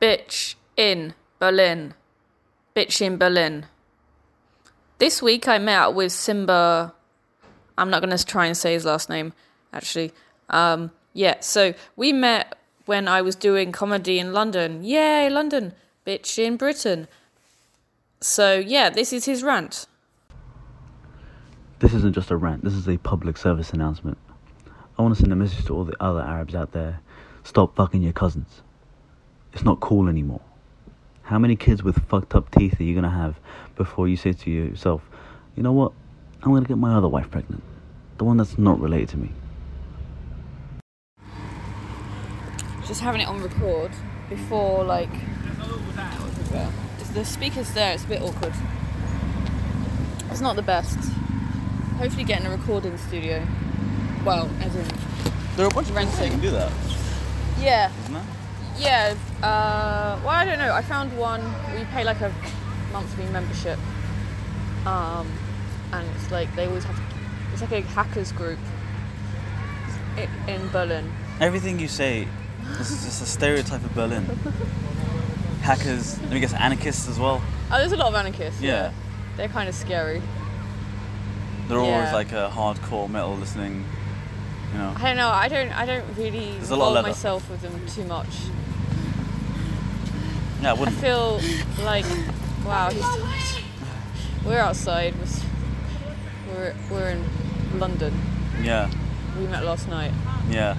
Bitch in Berlin. Bitch in Berlin. This week I met up with Simba. I'm not going to try and say his last name, actually. Um, yeah, so we met when I was doing comedy in London. Yay, London. Bitch in Britain. So yeah, this is his rant. This isn't just a rant, this is a public service announcement. I want to send a message to all the other Arabs out there stop fucking your cousins. It's not cool anymore. How many kids with fucked up teeth are you gonna have before you say to yourself, you know what? I'm gonna get my other wife pregnant, the one that's not related to me. Just having it on record before like. The speaker's there. It's a bit awkward. It's not the best. Hopefully, getting a recording studio. Well, as in There are a bunch of people that can do that, yeah, isn't there? Yeah, uh, well, I don't know. I found one. We pay like a monthly membership, um, and it's like they always have. It's like a hackers group i- in Berlin. Everything you say is just a stereotype of Berlin. Hackers, let me guess, anarchists as well. Oh, there's a lot of anarchists. Yeah. they're kind of scary. They're always Yeah. like a hardcore metal listening, you know. I don't know. I don't. I don't really There's a lot involve of leather. myself with them too much. Yeah, I I wouldn't. feel like, wow. He's, we're outside. We're s- We're we're in London. Yeah, We met last night. yeah.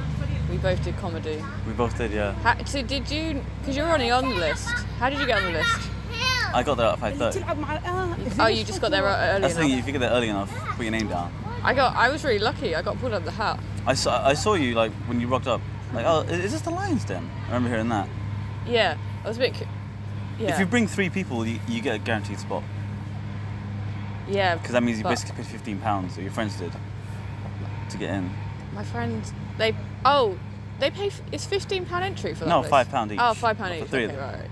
We both did comedy. We both did, yeah. How, so did you? Because you're already on the list. How did you get on the list? I got there at 5.30. تلعب مع اه Oh, you just got there early. That's the thing, Enough. if you get there early enough, put your name down. I got. I was really lucky. I got pulled up the hat. I saw, I saw you like when you rocked up. Like, oh, is is this the Lions Den? I remember hearing that. Yeah, I was a bit. cu- Yeah. If you bring three people, you, you get a guaranteed spot. yeah. Because that means you but basically paid 15 pounds, or your friends did, to get in. My friends, they. Oh, they pay. f- It's fifteen pound entry for that. No, place. five pound each. Oh, five pound For each. three of okay, them. right. right.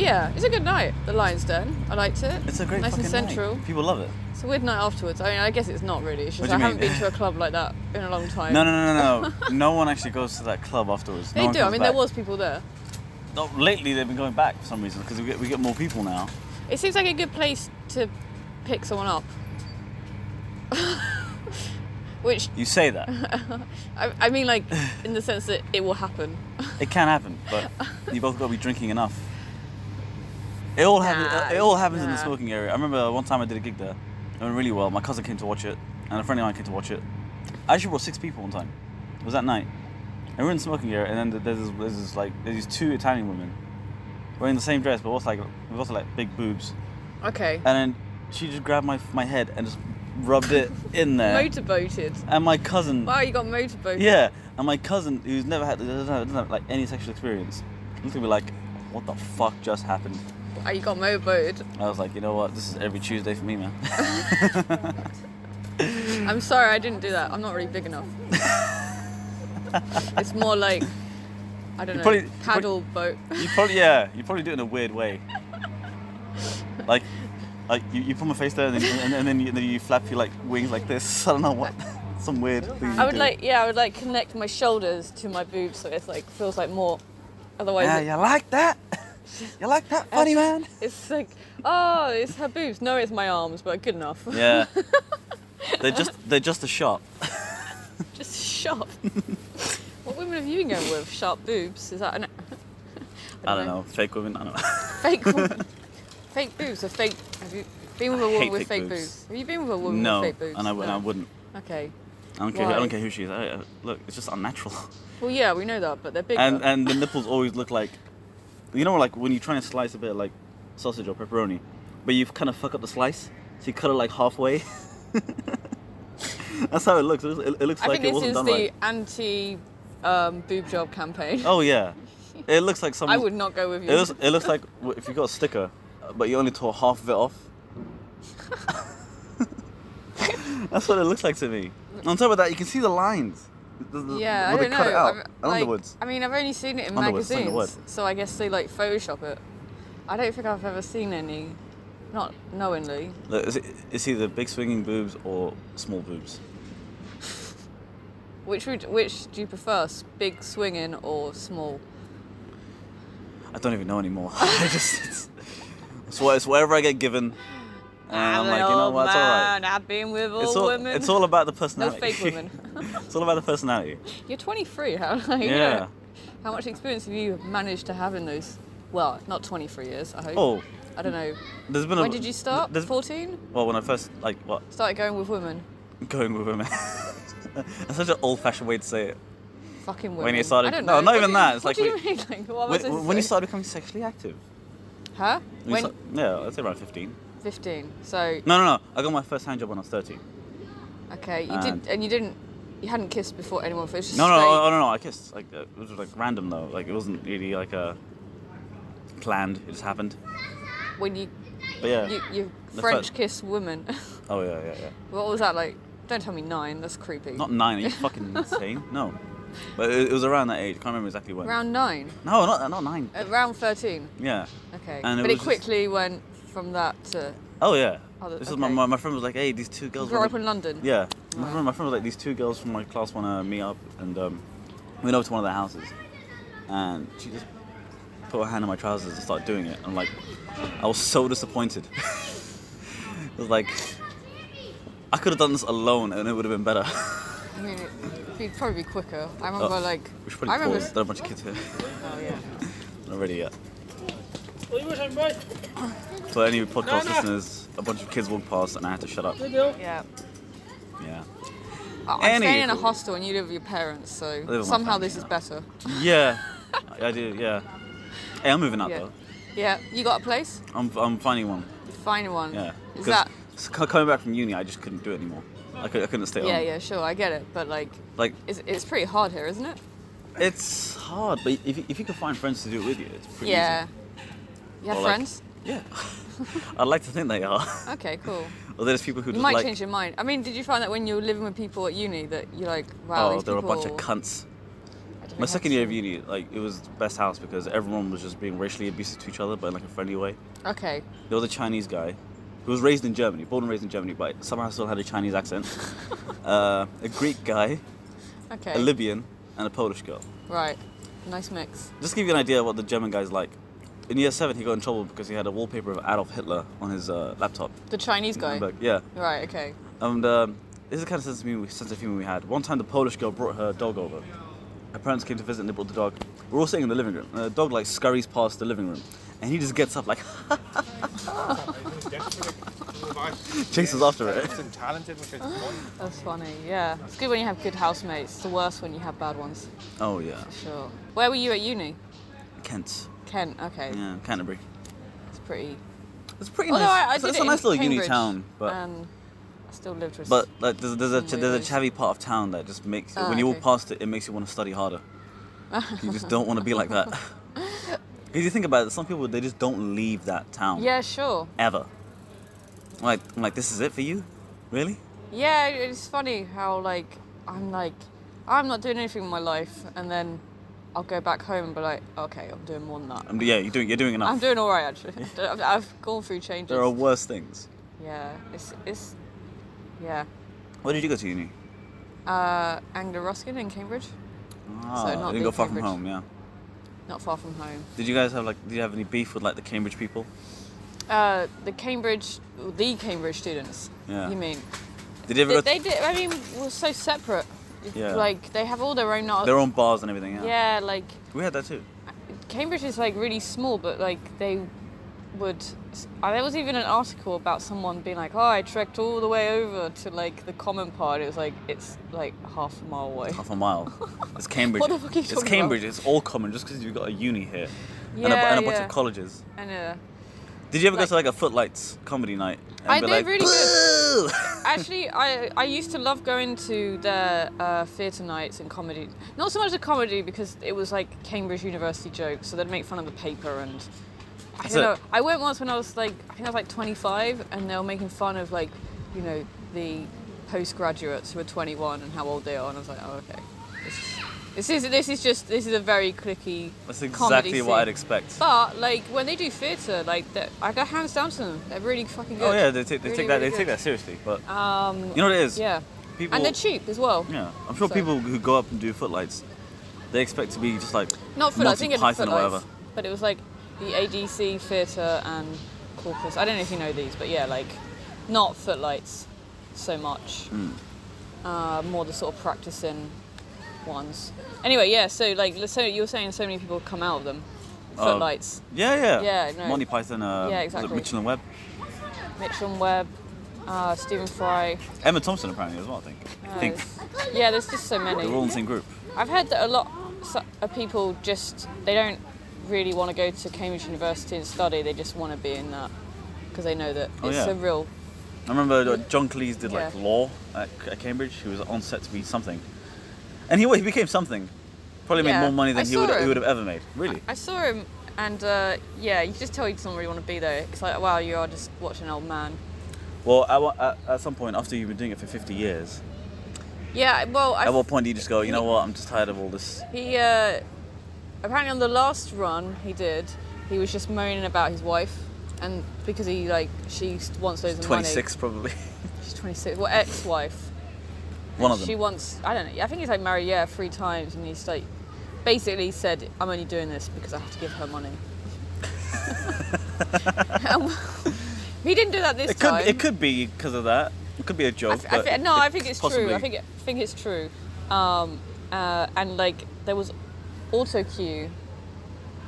Yeah, it's a good night. The Lion's Den. I liked it. It's a great nice fucking and central. night. People love it. It's a weird night afterwards. I mean, I guess it's not really. It's What just do I you haven't mean? been to a club like that in a long time. No, no, no, no, no. no one actually goes to that club afterwards. They no one do. I comes mean, back. there was people there. No, lately they've been going back for some reason because we get, we get more people now. It seems like a good place to pick someone up. Which You say that I, I mean, like in the sense that it will happen. it can happen, but you both got to be drinking enough. It all happens. Nah, It all happens in the nah. smoking area. I remember one time I did a gig there. It went really well. My cousin came to watch it, and a friend of mine came to watch it. I actually brought six people one time. It was that night, and we we're in the smoking area, and then there's this, there's this like there's these two Italian women wearing the same dress, but also like with also like big boobs, Okay. and then she just grabbed my my head and just rubbed it in there. Motorboated. and my cousin Wow, you got motorboated. uh, Yeah, and my cousin, who's never had, doesn't have, doesn't have like any sexual experience, looked at me like, "What the fuck just happened?" Wow, you got motorboated. I was like, "You know what? This is every Tuesday for me, man." I'm sorry, I didn't do that. I'm not really big enough. it's more like I don't You know, probably- you paddle boat. you probably, yeah, you probably do it in a weird way. Like, like you, you put my face there, and then, and, then you, and then you flap your like wings like this. I don't know what, some weird thing. you I would do. like, yeah, I would like connect my shoulders to my boobs so it's like feels like more. Otherwise, Yeah, it- you like that? You like that, funny man? It's like, oh, it's her boobs. No, it's my arms, but good enough. Yeah. They're just, they're just a shot. Just sharp. what women have you going with? Sharp boobs? Is that an I don't know, fake women. I don't know. fake woman? fake boobs or fake? Have you been with a woman hate with fake fake boobs. boobs. Have you been with a woman no, with fake boobs? and I, would- I wouldn't. Okay. I don't care. Who, I Why? don't care who she is. I, I, look, it's just unnatural. Well, yeah, we know that, but they're big. And and the nipples always look like, you know, like when you try and slice a bit of like sausage or pepperoni, but you kind of fuck up the slice, so you cut it like halfway. That's how it looks. It, looks- it- it looks I like think this it wasn't is done the right. anti um, boob job campaign. Oh yeah, it looks like someone. I would not go with you. It looks it looks like w- if you got a sticker, but you only tore half of it off. That's what it looks like to me. On top of that, you can see the lines. The- the- yeah, I where don't they know. cut it out I've- and like, underwards. I mean, I've only seen it in Underwards, it's like the magazines, so I guess they like Photoshop it. I don't think I've ever seen any, not knowingly. Look, it's, it's either big swinging boobs or small boobs. Which would, which do you prefer, s- big swinging or small? I don't even know anymore. I just it's, it's, wha- it's whatever I get given, and I'm, an like, you know old what? It's all right. "Oh, man, I've been with all, It's all, women. it's all about the no personality. fake women. it's all about the personality. You're 23. How like, you know, Yeah. How much experience have you managed to have in those? Well, not 23 years. I hope. Oh, I don't know. there's been a. When did you start? there's- 14. Well, when I first like what Started going with women. going with women. That's such an old-fashioned way to say it. Fucking women. When you started- I don't no, know. not What even do that, You, it's what like do you when- mean? Like, what was I When, supposed to when you say? started becoming sexually active? Huh? When you When? start- yeah, I'd say around 15. 15. So No, no, no. I got my first hand job when I was 13. okay, you And- did, and you didn't, you hadn't kissed before anyone. It was just Uh. No, no, oh, straight. no, no, no. I kissed. Like uh, it was like random though. Like it wasn't really like a planned. It just happened. When you But uh, yeah. you, you The French first- kiss women. Oh yeah, yeah, yeah. what was that like? Don't tell me nine. That's creepy. Not nine. Are you fucking insane? No. But it, it was around that age. Can't remember exactly when. round nine. No, not not nine. At round 13. Yeah. Okay. And it but it, was just- quickly went from that to Oh yeah. Oh, the- this is my, okay. my my friend was like, hey, these two girls. grew wanna- up in London. Yeah. My Right. friend, my friend was like, these two girls from my class want to meet up, and um, we went over to one of their houses, and she just put her hand in my trousers and started doing it. I'm like, I was so disappointed. it was like, I could have done this alone, and it would have been better. I mean, it'd be- probably be quicker. I remember Oh, like we should I Oh, probably remember. pause. There are a bunch of kids here. Oh yeah. Not ready yet. Leave it and right. For any podcast No, no. listeners, a bunch of kids walked past, and I had to shut up. Good deal. Yeah. Yeah. I- I'm staying in a Anywho. hostel and you live with your parents, with so my somehow family this is now. better. Yeah. I I do. Yeah. Hey, I'm moving out Yeah. though. Yeah. You got a place? I'm I'm finding one. Find one. Yeah. Is 'cause that? s- co- coming back from uni, I just couldn't do it anymore. I, could, I couldn't stay Yeah, on. yeah, sure, I get it, but like, Like, it's, it's pretty hard here, isn't it? it's hard, but if, you- if you can find friends to do it with you, it's pretty yeah. You easy. have Or, like- friends? yeah. I'd like to think they are. Okay, cool. or there's people who You just might like, change your mind. I mean, did you find that when you were living with people at uni that you're like, wow, oh, these they're a people? bunch of cunts. I don't My know second how year to- of uni, like, it was the best house because everyone was just being racially abusive to each other, but in like a friendly way. Okay. There was a Chinese guy who was raised in Germany, born and raised in Germany, but somehow still had a Chinese accent. uh, a Greek guy, Okay. a Libyan, and a Polish girl. right. Nice mix. Just to give you an idea of what the German guy's like. In year seven, he got in trouble because he had a wallpaper of Adolf Hitler on his uh, laptop. The Chinese guy. Nuremberg, Yeah. Right. Okay. And um, this is the kind of sense of, humor, sense of humor we had. One time, the Polish girl brought her dog over. Her parents came to visit and they brought the dog. We're all sitting in the living room. And the dog like scurries past the living room, and he just gets up like chases after it. It's talented. which is- That's funny. Yeah. It's good when you have good housemates. It's the worst when you have bad ones. Oh yeah, Sure. Where were you at uni? Kent. Kent. Okay. Yeah, Canterbury. It's pretty. It's pretty Although nice. I, I it's, did it's it a nice in little uni Cambridge, town, but. and I still lived with. But like, there's, there's a Some there's a weirdos. chavvy part of town that just makes Ah, when you walk okay. past it, it makes you want to study harder. you just don't want to be like that. Because you think about it, some people they just don't leave that town yeah, sure. ever. Like I'm like this is it for you, really? Yeah, it- it's funny how like I'm like I'm not doing anything in my life, and then I'll go back home and be like, okay, I'm doing more than that. Um, yeah, you're doing you're doing enough. I'm doing all right actually. I've, I've gone through changes. there are worse things. Yeah, it's it's yeah. Where did you go to uni? Uh, Angler Ruskin in Cambridge, Ah, not you didn't big go far from Cambridge. home. Yeah. not far from home. Did you guys have like did you have any beef with like the Cambridge people? Uh, the Cambridge, the Cambridge students. Yeah. You mean Did you ever they, go to they did? I mean, we're so separate. Yeah. Like they have all their own. art- their own bars and everything? Yeah. yeah, like We had that too. Cambridge is like really small, but like they would. uh, There was even an article about someone being like, "Oh, I trekked all the way over to like the common part." It was like it's like half a mile away. half a mile. It's Cambridge. What the fuck are you it's talking Cambridge. It's all common just because you've got a uni here and, a, Yeah, and a bunch yeah. of colleges. And uh, Did you ever Like- go to like a Footlights comedy night? And I be did like, really "Boo!" actually, I I used to love going to the uh, theatre nights and comedy. Not so much the comedy because it was like Cambridge University jokes, so they'd make fun of the paper and. I That's don't it. know. I went once when I was like, I think I was like 25, and they were making fun of like, you know, the postgraduates who are 21 and how old they are, and I was like, oh okay. This is this is, this is just this is a very clicky. That's comedy exactly scene. what I'd expect. But like when they do theatre, like that, I got hands down to them. They're really fucking good. Oh yeah, they take they Really, take that really they take good. Um, that seriously. But you know what it is? Yeah. People. and they're cheap as well. Yeah, I'm sure So- people who go up and do Footlights, they expect to be just like Not foot. I Monty think it's Python foot or whatever. but it was like the ADC Theatre and Corpus. I don't know if you know these, but yeah, like not footlights so much, Hmm. uh, more the sort of practicing ones. Anyway, yeah. So like, so you were saying, so many people come out of them. Oh. Footlights, Yeah, yeah. Yeah, no. Monty Python, uh, Yeah, was it exactly. Mitchell and Webb? Mitchell and Webb, uh, Stephen Fry. Emma Thompson, apparently, as well, I think. I think there's- yeah, there's just so many. they're all in the same group. I've heard that a lot so- of people just they don't really want to go to Cambridge University and study. They just want to be in that because they know that Oh, it's yeah. a real. I remember uh, John Cleese did like Yeah. law at, at Cambridge. He was on set to be something, and he, wa- he became something. Probably Yeah, made more money I than he saw would, he him. would have ever made. Really? I saw him, and uh, yeah, you just tell he doesn't really want to be there. It's like wow, you are just watching an old man. Well, at, what- at, at some point after you've been doing it for 50 years, Yeah, well, I at what point do you just go, you know what? I'm just tired of all this. he uh, apparently on the last run he did, he was just moaning about his wife, and because he like she wants loads of 26 probably. money. She's 26. Well, ex-wife. One of them. She wants, I don't know, I think he's like married, yeah, three times, and he's like, basically said, I'm only doing this because I have to give her money. Um, he didn't do that this it could time. it could be because of that. It could be a I joke. th- I but thi- no, it I think it's possibly- true. I think, it- I think it's true. Um, uh, and like, there was auto cue,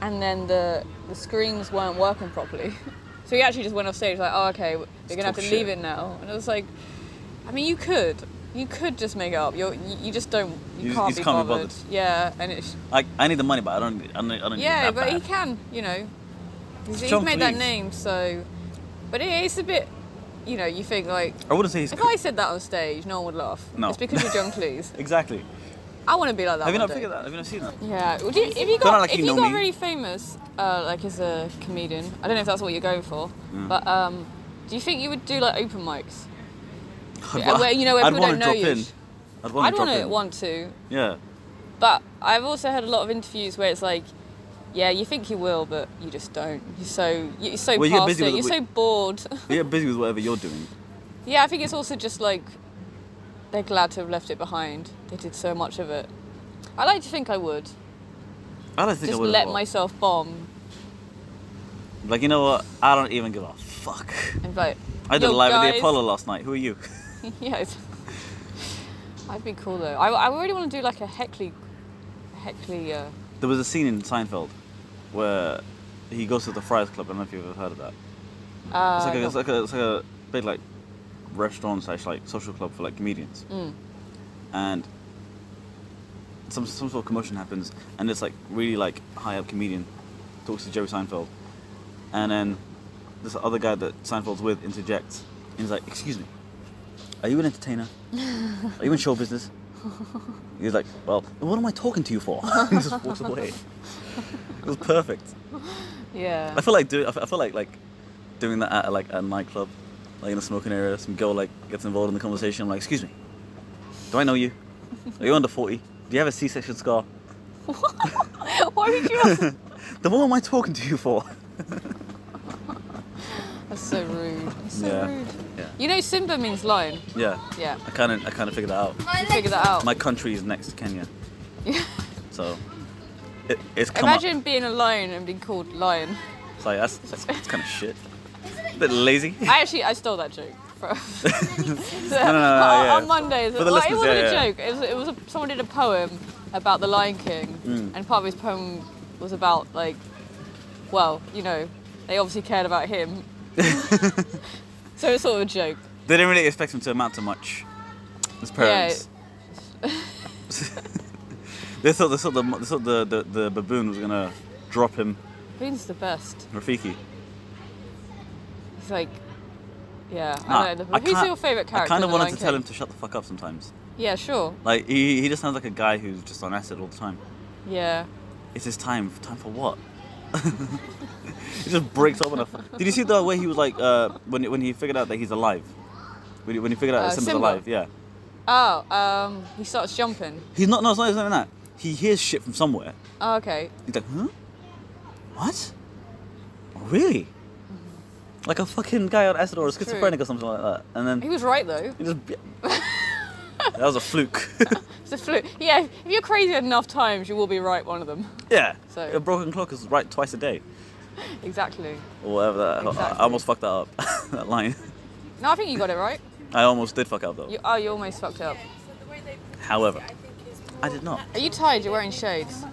and then the, the screens weren't working properly. so he actually just went off stage, like, oh, okay, we're going to talk have to shit. leave it now. And it was like, I mean, you could. You could just make it up. You're, you you just don't. You, You- can't, you be, just can't be bothered. Yeah, and it's I, I need the money, but I don't. I don't, I don't yeah, need that but he bad. can. You know, he's, he's John made that Cleese. name. So, but it is a bit. You know, you think like I wouldn't say he's. if cr- I said that on stage, no one would laugh. No. it's because you're John Cleese. Exactly. Oh, I want to be like that. Have you one day. not figured that? Have you not seen that? Yeah. Would you, if you Don't got act like if you you, know got me. really famous, uh, like as a comedian, I don't know if that's what you're going for, but um, do you think you would do like open mics? Yeah, where, you know, where I'd people don't wanna know drop you. in. I'd want I'd to drop wanna in. want to, Yeah. but I've also had a lot of interviews where it's like, yeah, you think you will, but you just don't. You're so you're so Well, past you're busy it. with You're the- so bored. But you're busy with whatever you're doing. yeah, I think it's also just like they're glad to have left it behind. They did so much of it. I like to think I would I don't think just I would. let myself bomb Like you know what? I don't even give a fuck. and be like. I did "Yo, a live at guys." the Apollo last night. Who are you? yeah, it's, I'd be cool though. I, I really want to do like a Heckley, Heckley. Uh, there was a scene in Seinfeld where he goes to the Friars Club. I don't know if you've ever heard of that. uh, It's like a, no. it's like a, it's like a big like restaurant slash like social club for like comedians. And some some sort of commotion happens, and it's like really like high up comedian talks to Jerry Seinfeld, and then this other guy that Seinfeld's with interjects, and he's like, "Excuse me, are you an entertainer? Are you in show business?" He's like, "Well, then what am I talking to you for?" he just walks away. It was perfect. yeah. I feel like doing. I feel I feel like like doing that at like a nightclub, like in a smoking area. Some girl like gets involved in the conversation. I'm like, excuse me, do I know you? Are you under forty? Do you have a C-section scar? Why would you? Ask? Then what am I talking to you for? That's so rude. That's so Yeah. rude. Yeah. You know, Simba means lion. Yeah. Yeah. I kind of I kind of figured that out. You figure that out. My country is next to Kenya, so it, it's come up. Imagine being alone and being called lion. It's like that's, that's kind of shit. A bit lazy. I actually I stole that joke. from- no, no, on, yeah. on Mondays, For the like, it listeners, wasn't yeah, a yeah. joke. It was, it was a, someone did a poem about the Lion King, Mm. and part of his poem was about like, well, you know, they obviously cared about him, so it's sort of a joke. They didn't really expect him to amount to much. His parents. they thought they thought, the, they thought the, the, the baboon was gonna drop him, Queen's the best. Rafiki. He's like, yeah. Nah, I know. Ah, The, I who's can't- your favourite I character? kind of in the wanted Lion to tell him King? to shut the fuck up sometimes. Yeah, sure. Like he, he just sounds like a guy who's just on acid all the time. Yeah. It's his time. Time for what? he just breaks open. A f- Did you see the way he was like uh, when when he figured out that he's alive? When he, when he figured out Uh, that Simba's Simba. alive, yeah. Oh, um, he starts jumping. He's not. No, it's not even that. He hears shit from somewhere, Oh, okay. He's like, huh? What? Really? Like a fucking guy on acid or a It's Mm-hmm. true. schizophrenic or something like that. And He then was right though. he just. That was a fluke. It's a fluke. Yeah, if you're crazy enough times, you will be right one of them. yeah. So- A broken clock is right twice a day. Exactly. Or whatever that. I- I Exactly. almost fucked that up. that line. No, I think you got it right. I almost did fuck up though. You, oh, you almost fucked up. However, I did not. Are you tired? You're wearing shades.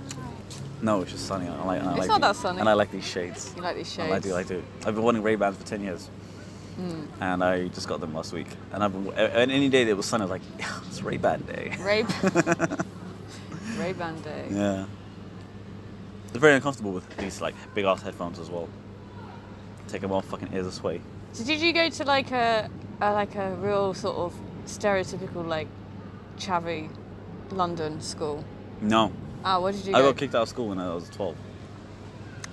No, it's just sunny. out. I like. and I It's like not the- that sunny. And I like these shades. You like these shades? I do. I do. I've been wanting Ray Bans for ten years. Hmm. And I just got them last week. And I've been, and any day that it was sunny, I was like, yeah, it's Ray Ban day. Ray. Ray Ban day. Yeah. They're very uncomfortable with these like big ass headphones as well. Take them off, fucking ears this way. So did you go to like a, a like a real sort of stereotypical like chavvy London school? No. Ah, where did you I go? got kicked out of school when I was 12.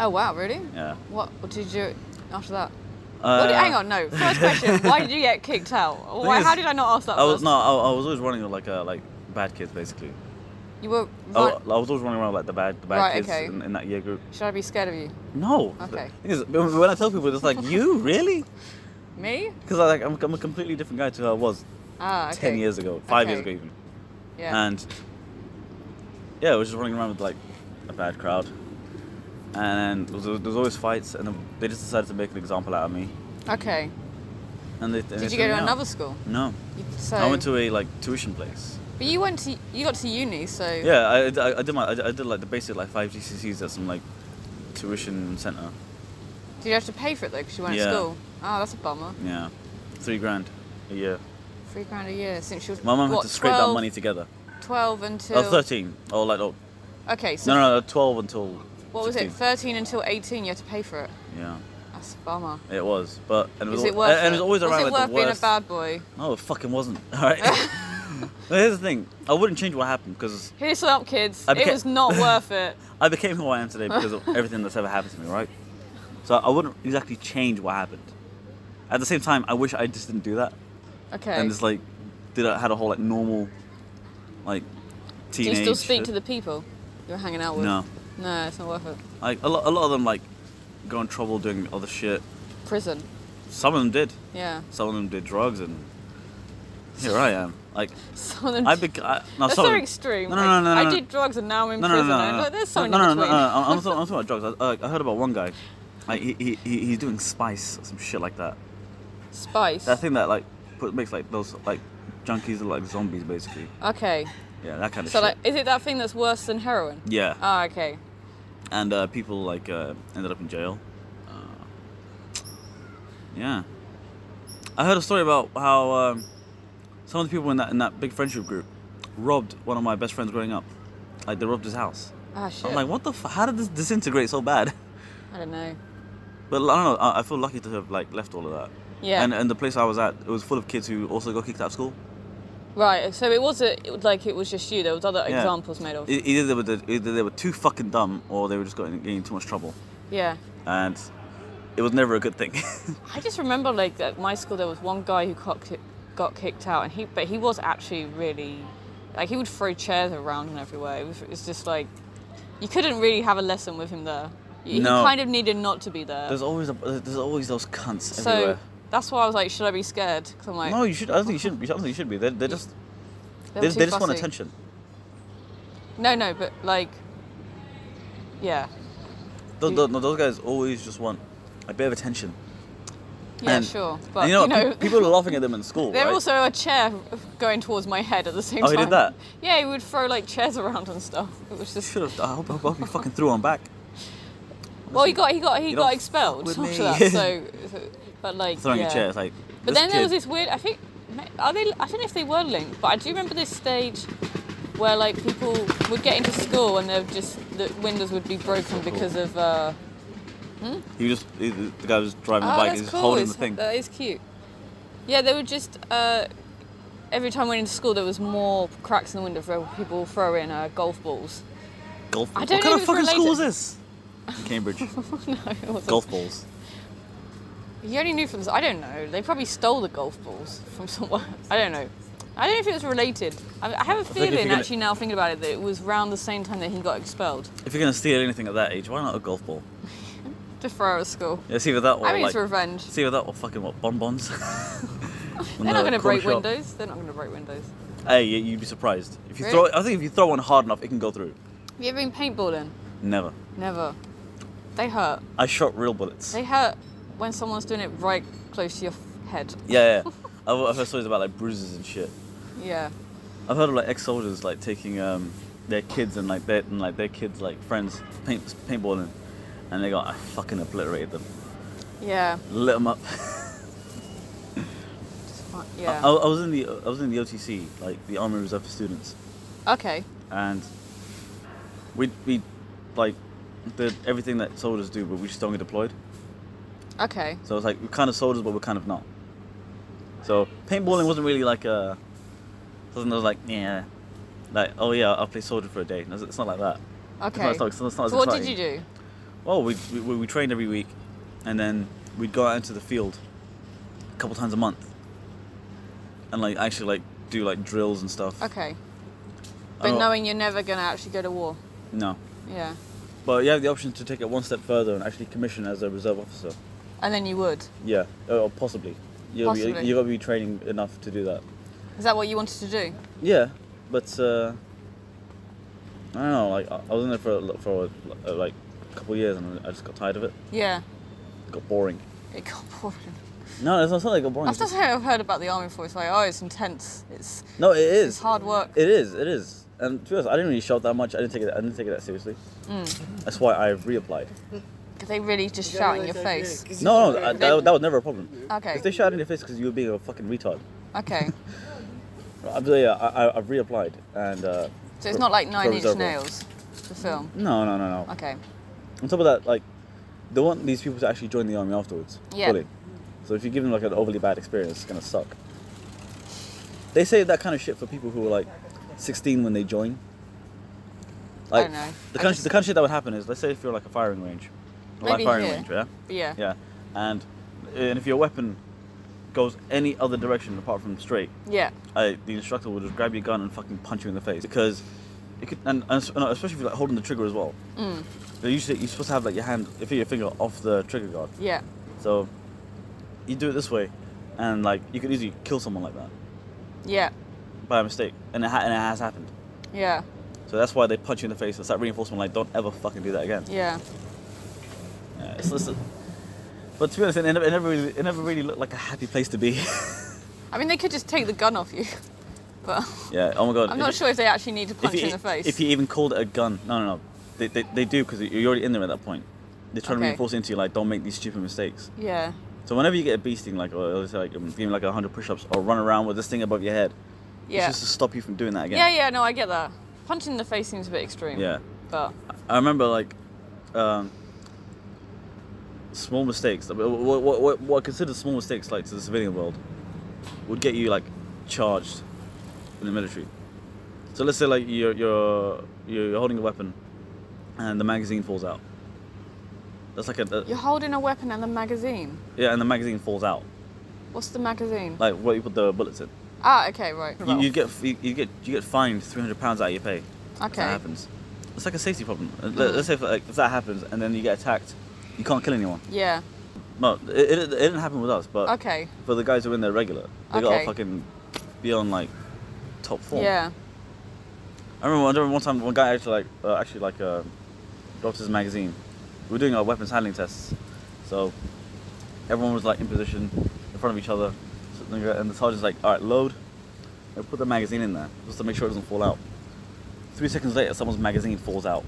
Oh wow, really? Yeah. What, what did you after that? Uh, What did- hang on, no. First question: Why did you get kicked out? Why, is, how did I not ask that? Uh, I was first? no, I, I was always running with like uh, like bad kids basically. You were. I, Right, wa- I was always running around with, like the bad the bad Right, kids okay. in, in that year group. should I be scared of you? No. Okay. The thing is, when when I tell people, it's like you really? Me? Because I like I'm, I'm a completely different guy to who I was Ah, okay. ten years ago, five years ago Okay. even. Yeah. And yeah, I was just running around with like a bad crowd. And there was, there was always fights, and they just decided to make an example out of me. okay. And they, and they Did you threw go to me out. another school? No, You, so, I went to a like tuition place. But you went to. You got to uni, so. Yeah, I, I, I did my I did, I did like the basic like five GCSEs at some like tuition center. Did you have to pay for it though? Because you went Yeah. to school. Oh, that's a bummer. Yeah, three grand a year. Three grand a year since you. were, My mum had what, to scrape 12 that money together. Twelve until. Oh, 13. Oh, like oh, Okay, so no, no, no, 12 until. what was it? 16. Thirteen until eighteen, you had to pay for it. Yeah, That's a bummer. it was. But and it was, Was al- it worth and, and it was always around it like worth the being worst. a bad boy? No, it fucking wasn't. All right. But Here's the thing. I wouldn't change what happened because Here's up, kids. I It beca- was not worth it. I became who I am today because of everything that's ever happened to me, right? So I wouldn't exactly change what happened. At the same time, I wish I just didn't do that. Okay. and just like did a, had a whole like normal like Do teenage you still speak to the people you're hanging out with? no No, it's not worth it. like a lot, a lot of them like got in trouble doing other shit Prison. some of them did Yeah. some of them did drugs and here I am like Some of them. I bec- I no That's some of so them- extreme. oh, no no Like, no no, no, I no. did drugs and now I'm in no, no, prison. no, I'm no, like, There's no, something no, no, in no, no, between. no. I'm, talking, I'm talking about drugs. I, uh, I heard about one guy, like he, he, he he's doing spice or some shit like that. Spice. That thing that like put, makes like those like junkies look like zombies basically. Okay. Yeah, that kind of So shit. like, is it that thing that's worse than heroin? yeah. Oh, okay. and uh, people like uh, ended up in jail. Uh, yeah, I heard a story about how um, some of the people in that in that big friendship group robbed one of my best friends growing up. Like they robbed his house. Ah, shit. I'm like, what the? F- how did this disintegrate so bad? I don't know. But I don't know. I, I feel lucky to have like left all of that. Yeah. And and the place I was at, it was full of kids who also got kicked out of school. Right. So it wasn't it was like it was just you. There was other Yeah. examples made of. E- Either they were either they were too fucking dumb or they were just getting, getting in too much trouble, yeah. and it was never a good thing. I just remember like at my school there was one guy who got, ki- got kicked out, and he but he was actually really like he would throw chairs around and everywhere. It was, it was just like you couldn't really have a lesson with him there. You, No. He kind of needed not to be there. There's always a, there's always those cunts so everywhere. that's why I was like, should I be scared? Because I'm like, No, you should. I don't think you should. be- I don't think you should be. They're, they're just they they, were they too just want fussy. attention. No, no, but like, yeah, Those, You- those, no, those guys always just want a bit of attention. yeah, And- sure. and But you know, you know, pe- people are laughing at them in school. There right? also a chair going towards my head at the same Oh, time. he did that? Yeah, he would throw like chairs around and stuff. It was just should have. I hope, I hope you fucking threw one back. Well, he got he got he You got don't expelled fuck after with me. that. So, so- but like Throwing yeah. a chair. It's like. But then there was kid- this weird. I think are they? I don't know if they were linked, but I do remember this stage where like people would get into school and they would just the windows would be broken because of. Uh, He was just he, the guy was driving the oh, bike. that's He's cool. holding it's- the thing. That is cute. Yeah, they would just. Uh, every time we went into school, there was more cracks in the window for people throwing uh, golf balls. Golf. I don't what know if kind of fucking it's school is related. this? In Cambridge. no, it wasn't. Golf balls. You only knew from. I don't know. They probably stole the golf balls from somewhere. I don't know. I don't know if it was related. I, I have a think if you're feeling, gonna- actually, now thinking about it, that it was round the same time that he got expelled If you're gonna steal anything at that age, why not a golf ball? to throw at school. Yeah, it's either that or I mean, it's like. revenge. It's either that or fucking what bonbons. They're not going to break windows. They're not going to break windows. Hey, you- you'd be surprised. If you Really? throw, I think if you throw one hard enough, it can go through. Have you ever been paintballing? Never. Never. They hurt. I shot real bullets. They hurt when someone's doing it right close to your f- head. Yeah, yeah. I've, I've heard stories about like bruises and shit. Yeah. I've heard of like ex-soldiers like taking um, their kids and like their and like their kids like friends paint paintballing, and they got I fucking obliterated them, Yeah. lit them up. Just fu- I, Yeah. I was in the I was in the OTC like the Army Reserve for Students, oh. Okay. and we we like did everything that soldiers do, but we just don't get deployed. Okay. So it's like we're kind of soldiers, but we're kind of not. So paintballing wasn't really like a something that was like yeah, like oh yeah, I'll play soldier for a day. No, It's it's not like that. Okay. It's not, it's not, it's not as so what did exciting. you do? Well, Oh, we, we, we trained every week, and then we'd go out into the field a couple times a month, and like actually like do like drills and stuff. Okay. I But don't- knowing you're never gonna actually go to war. No, Yeah. but you have the option to take it one step further and actually commission as a reserve officer. And then you would. Yeah, or or possibly. You'll be- Possibly. you got to be training enough to do that. Is that what you wanted to do? Yeah, but uh, I don't know. Like I I was in there for a- for uh, like a couple years, and I just got tired of it. Yeah. It got boring. It got boring. No, it's not it's not like it got boring. I've it's just just- heard, I've heard about the army before. It's like, oh, it's intense. It's no, it is. it's hard work. It is. It is. And to be honest, I didn't really shout that much. I didn't take it. I didn't take it that seriously. Mm. That's why I reapplied. They really just shout in your face. No, no, I, that, that was never a problem. Okay. If they shouted in your face because you were being a fucking retard, Okay. I, yeah, I, I, I've reapplied. And uh, So it's not like for Nine Inch reserve role. Nails, the film. No, no, no, no. Okay. On top of that, like, they want these people to actually join the army afterwards. Yeah. Fully. So if you give them like an overly bad experience, it's gonna suck. They say that kind of shit for people who are like 16 when they join. I don't know. The I kind, just- the kind of shit that would happen is, let's say if you're like a firing range, a live Maybe firing here. range, yeah, But yeah. yeah, and and if your weapon goes any other direction apart from straight, Yeah. I, the instructor will just grab your gun and fucking punch you in the face because it could, and, and es- no, especially if you're like holding the trigger as well. Mm. They're usually you're supposed to have like your hand, if your finger off the trigger guard. Yeah. So you do it this way, and like you could easily kill someone like that Yeah. by mistake, and it, ha- and it has happened. Yeah. So that's why they punch you in the face. It's that reinforcement, like don't ever fucking do that again. Yeah. Yeah, it's, it's, but to be honest, it never, it never really, it never really looked like a happy place to be. I mean, they could just take the gun off you, but yeah. Oh my god. I'm if not you- sure if they actually need to punch if you you, in the face. If you even called it a gun, no, no, no. They, they, they do because you're already in there at that point. They're trying to Okay. reinforce into you like don't make these stupid mistakes. yeah. So whenever you get a beasting, like or let's say like um, give me like hundred push-ups or run around with this thing above your head, Yeah. it's just to stop you from doing that again. yeah. Yeah. No, I get that. Punching in the face seems a bit extreme. Yeah. But I remember like um, small mistakes. What what what, what are considered small mistakes like to the civilian world would get you like charged in the military. So let's say like you're you're you're holding a weapon and the magazine falls out. That's like a, a- you're holding a weapon and the magazine. yeah, and the magazine falls out. What's the magazine? Like what you put the bullets in. ah. Okay. Right. You, you get you, you get you get fined three hundred pounds out of your pay. If okay. that happens. It's like a safety problem. Let- Let's say if, like, if that happens and then you get attacked, you can't kill anyone. Yeah. No, it, it, it didn't happen with us, but Okay. for the guys who are in there regular, they gotta Okay. fucking be on like top form. Yeah. I remember, I remember one time one guy actually like uh, actually like uh, dropped his magazine. We were doing our weapons handling tests, so everyone was like in position in front of each other, So the guy- and the sergeant's like, "All right, load." And put the magazine in there just to make sure it doesn't fall out. Three seconds later, someone's magazine falls out,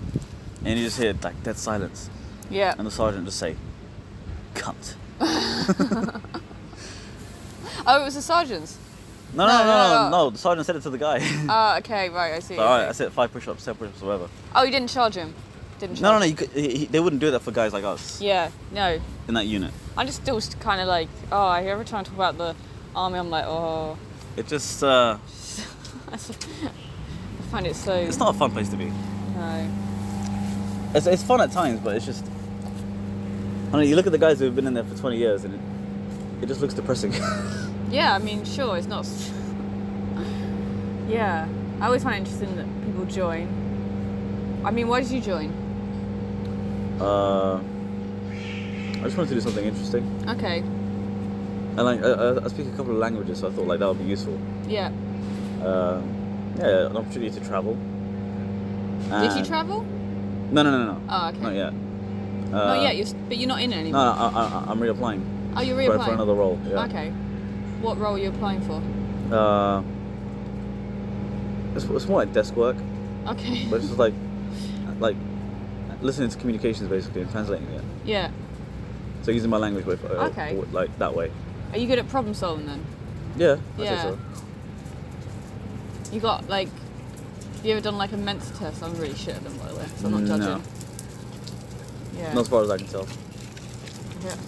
and you just hear like dead silence Yeah. and the sergeant just say, "Cunt." Oh, it was the sergeant's. No, no, no, no, no, no, no. The sergeant said it to the guy. Ah. okay. Right. I see. all right, I I see. said five push-ups, ten push-ups, whatever. Oh, you didn't charge him. Didn't. Charge No, no, no. him. You could, he, he- they wouldn't do that for guys like us Yeah. No. in that unit. I'm just still kind of like, oh, I- every time I talk about the army, I'm like, oh, It just, uh, I find it so. uh, it's not a fun place to be. No. It's, it's fun at times, but it's just. I don't know, you look at the guys who've been in there for 20 years and it, it just looks depressing. Yeah, I mean, sure, it's not. s- yeah, I always find it interesting that people join. I mean, why did you join? uh, I just wanted to do something interesting. Okay. And like, I, I- I speak a couple of languages, so I thought like that would be useful. Yeah. uh, yeah, an opportunity to travel. Did you And- travel? No, no, no, no. Oh, okay. Not yet. Not Uh, yet. You're, s- but you're not in it No, anymore. no, I, I, I'm reapplying oh, you're for, reapplying. for another role. Yeah. Okay. What role are you applying for? Uh, it's, it's more like desk work, Okay. but it's just like like listening to communications basically and translating it. yeah. So using my language with uh, Okay. or, like that way. Are you good at problem solving then? Yeah. I Yeah. Say so. You got like, you ever done like a Mensa test? I'm really shit at them by the way, so I'm not Mm, No. judging. Yeah. Not as far as I can tell. yeah. Have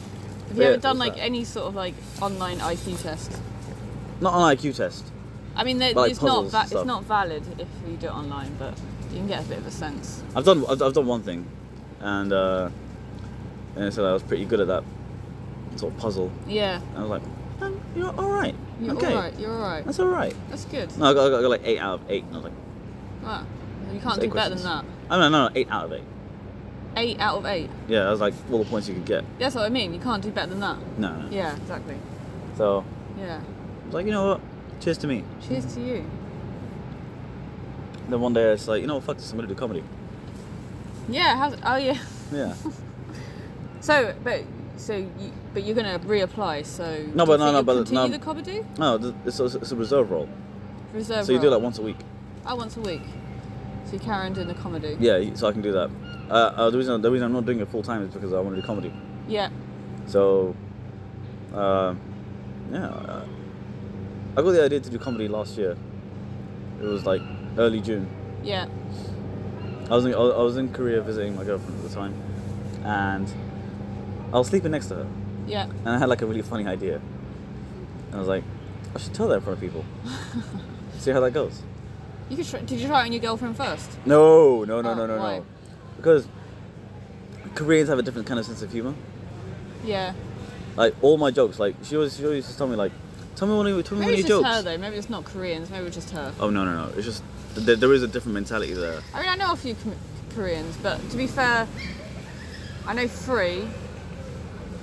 you Yeah, ever done what's like that? any sort of like online IQ test? Not an IQ test. I mean, there, Like it's not puzzles va- and it's stuff. not valid if you do it online, but you can get a bit of a sense. I've done I've, I've done one thing, and uh, and it said I was pretty good at that sort of puzzle. Yeah. And I was like, "Um, you're all right. You're okay, alright. You're alright. that's all right. That's good. No, I got, I got- I got like eight out of eight, and I was like, Wow. You That's can't do eight better than that. questions. I mean, no, no, eight out of eight. Eight out of eight. Yeah, that was like all the points you could get. That's what I mean. You can't do better than that. No, no. Yeah, exactly. So Yeah. I was like, you know what? Cheers to me. Cheers to you. Then one day I was like, you know what? Fuck this. I'm gonna do comedy. Yeah. How's, oh yeah. Yeah. So, but so you, but you're gonna reapply. So do No, but you no, think no, you'll but continue no. the comedy No, th- it's, a- it's a reserve role. reserve. so you do role? that once a week. Oh, once a week. So you're carrying doing the comedy. Yeah. So I can do that. Uh, uh, the reason the reason I'm not doing it full time is because I want to do comedy. Yeah. So, uh, yeah, uh, I got the idea to do comedy last year. It was like early June. Yeah. I was in, I was in Korea visiting my girlfriend at the time, and I was sleeping next to her, Yeah. and I had like a really funny idea. And I was like, I should tell that in front of people. See how that goes. You could. Try, did you try it on your girlfriend first? No, no, no, Oh, no, no, why? no. Because Koreans have a different kind of sense of humor. Yeah. Mm, Like all my jokes, like she always, she always used to tell me like, tell me one of your, tell me Maybe one it's of your just jokes. her though. Maybe it's not Koreans. Maybe it's just her. Oh no no no! It's just there, there is a different mentality there. I mean, I know a few com- Koreans, but to be fair, I know three.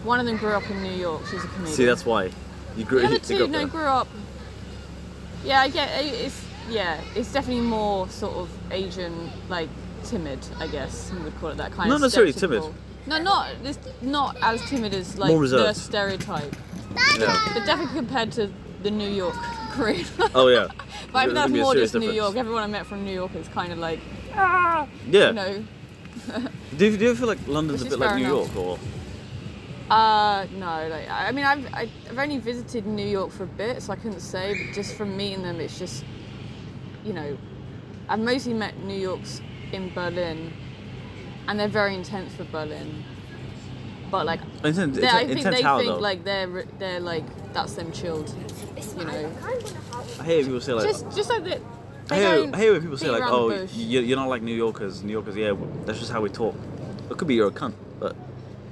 One of them grew up in New York. She's a comedian. See, that's why you grew. the other you two grew up no there. grew up. Yeah, I get it- it's yeah, it's definitely more sort of Asian like timid. I guess you would call it that kind. Not of necessarily stereotypical- No, not it's not as timid as like More the reserved. stereotype, Yeah. but definitely compared to the New York Korean. Oh yeah. But I mean, that's There's gonna be a more serious just New York. difference. Everyone I met from New York is kind of like, Yeah. you know, Do you, do you feel like London's a Which bit is like fair New enough. York, or Uh, no. Like, I I mean, I've I- I've only visited New York for a bit, so I couldn't say. But just from meeting them, it's just, you know, I've mostly met New Yorks in Berlin, and they're very intense for Berlin. But like, intense, they, I think intense they how think though? Uh, like they're re- they're like that's them chilled, you know. I hate when people say like. Just just like that. I They hear, don't I hear when people say beat like, around "Oh, the bush. you, you're not like New Yorkers. New Yorkers, yeah, that's just how we talk." It could be you're a cunt, but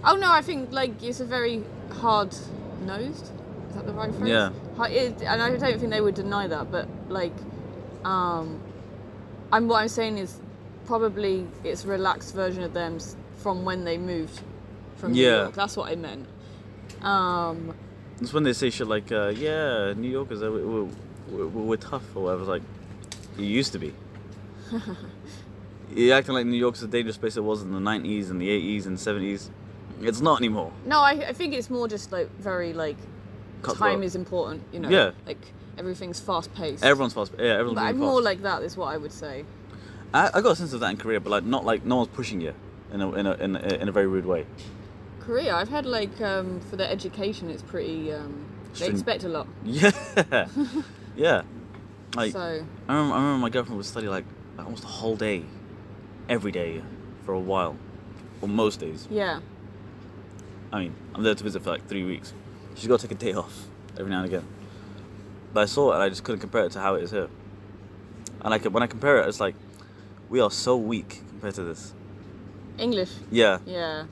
Oh no, I think like it's a very hard nosed. Is that the right phrase? Yeah. Hard, it, and I don't think they would deny that, but like, um, I'm what I'm saying is probably it's a relaxed version of them s- from when they moved from New Yeah. York. That's what I meant. Um, it's when they say shit like, uh, "Yeah, New Yorkers, uh, we, we, we, we're tough," or whatever. It's like, you used to be. You're acting like New York's a dangerous place it was in the 90s and the 80s and 70s. It's not anymore. no, I, I think it's more just like very like Cutthroat. time is important. You know. Yeah. Like everything's fast paced. Everyone's fast. Yeah, everyone's But I'm moving fast. more like that. Is what I would say. I, I got a sense of that in Korea, but like not like no one's pushing you in a in a in a, in a very rude way. Korea, I've had like um, for their education, it's pretty. Um, they String- expect a lot. Yeah, yeah. Like so I, remember, I remember my girlfriend would study like, like almost a whole day, every day for a while, or most days. yeah, I mean, I'm there to visit for like three weeks. She's got to take a day off every now and again. But I saw it and I just couldn't compare it to how it is here. And like when I compare it, it's like we are so weak compared to this. English. Yeah, Yeah,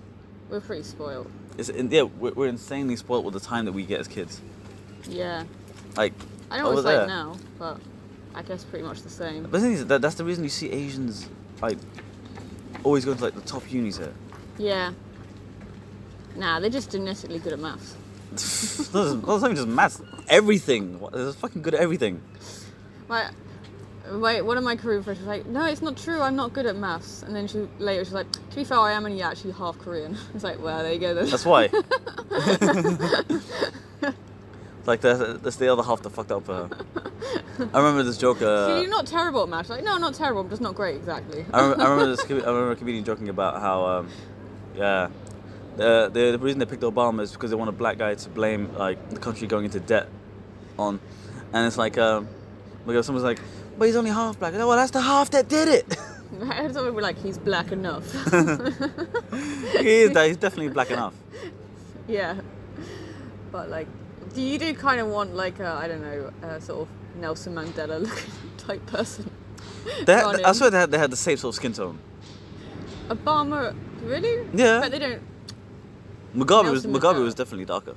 we're pretty spoiled. it's yeah we're, we're insanely spoilt with the time that we get as kids. Yeah, Like I know what over it's there. like now, but I guess pretty much the same. But the thing is, that, that's the reason you see Asians like always going to like the top unis here. Yeah. Nah, they're just genetically good at maths. That's not even just maths. Everything. What- They're fucking good at everything. my wait, one of my Korean friends was like, "No, it's not true. I'm not good at maths." And then she later she's like, "To be fair, I am only actually half Korean." It's like, well, there you go then. That's why. like that's, that's the other half that fucked up for her. I remember this joke. Uh, So you're not terrible at maths. Like, no, I'm not terrible. I'm just not great exactly. I remember, I remember this. co- I remember a comedian joking about how, um, yeah, the, the the reason they picked Obama is because they want a black guy to blame like the country going into debt on, and it's like, um, because someone's like, but he's only half black. Well, that's the half that did it. I had someone be like, "He's black enough." he is that. He's definitely black enough. yeah, but like, do you do kind of want like a I don't know, a sort of Nelson Mandela looking type person? They had, Got I him. swear they had, they had the same sort of skin tone. Obama, really? Yeah. But they don't. Mugabe was Nelson Mugabe Mandela. Hmm? was definitely darker.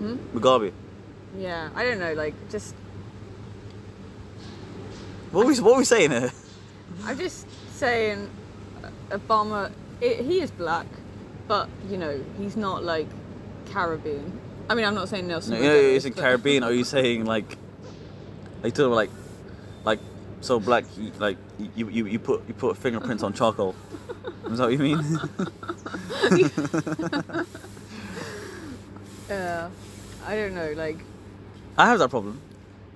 Mugabe. Yeah, I don't know. Like, just What we what we saying here? I'm just saying, uh, Obama. It, he is black, but you know he's not like Caribbean. I mean, I'm not saying Nelson. No, Mandela you know, is, is it but- Caribbean? Are you saying like, like talking about like, like so black? You, like you, you, you put you put fingerprints on charcoal. Is that what you mean? Yeah, I don't know. Like, I have that problem.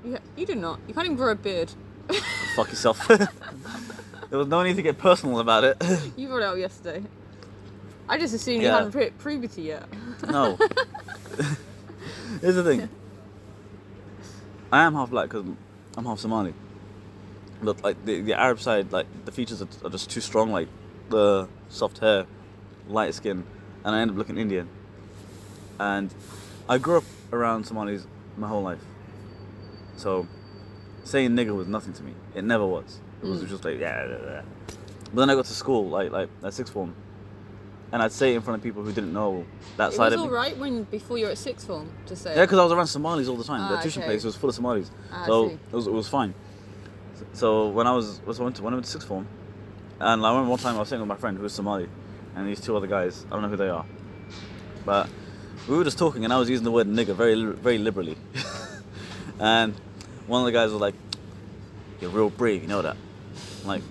you, you do not. You can't even grow a beard. Fuck yourself. there was no need to get personal about it. You brought it out yesterday. I just assumed you Yeah. hadn't pre- puberty yet. no. Here's the thing. I am half black because I'm half Somali. But like the, the Arab side, like the features are, are just too strong. Like the soft hair, light skin, and I end up looking Indian. And I grew up around Somalis my whole life. So saying nigger was nothing to me. It never was. It was Mm. just like yeah, yeah, yeah. But then I got to school, like like at sixth form, and I'd say it in front of people who didn't know that It side was of me. all right when before you were at sixth form to say. Yeah, because I was around Somalis all the time. the Ah, tuition okay. place was full of Somalis, Ah, I so see. it was, it was fine. S- So when I was was- when I went to, when I went to sixth form, and I remember one time I was sitting with my friend who was Somali, and these two other guys. I don't know who they are, but we were just talking, and I was using the word nigger very li- very liberally, and one of the guys was like, "You're real brave, you know that." I'm like,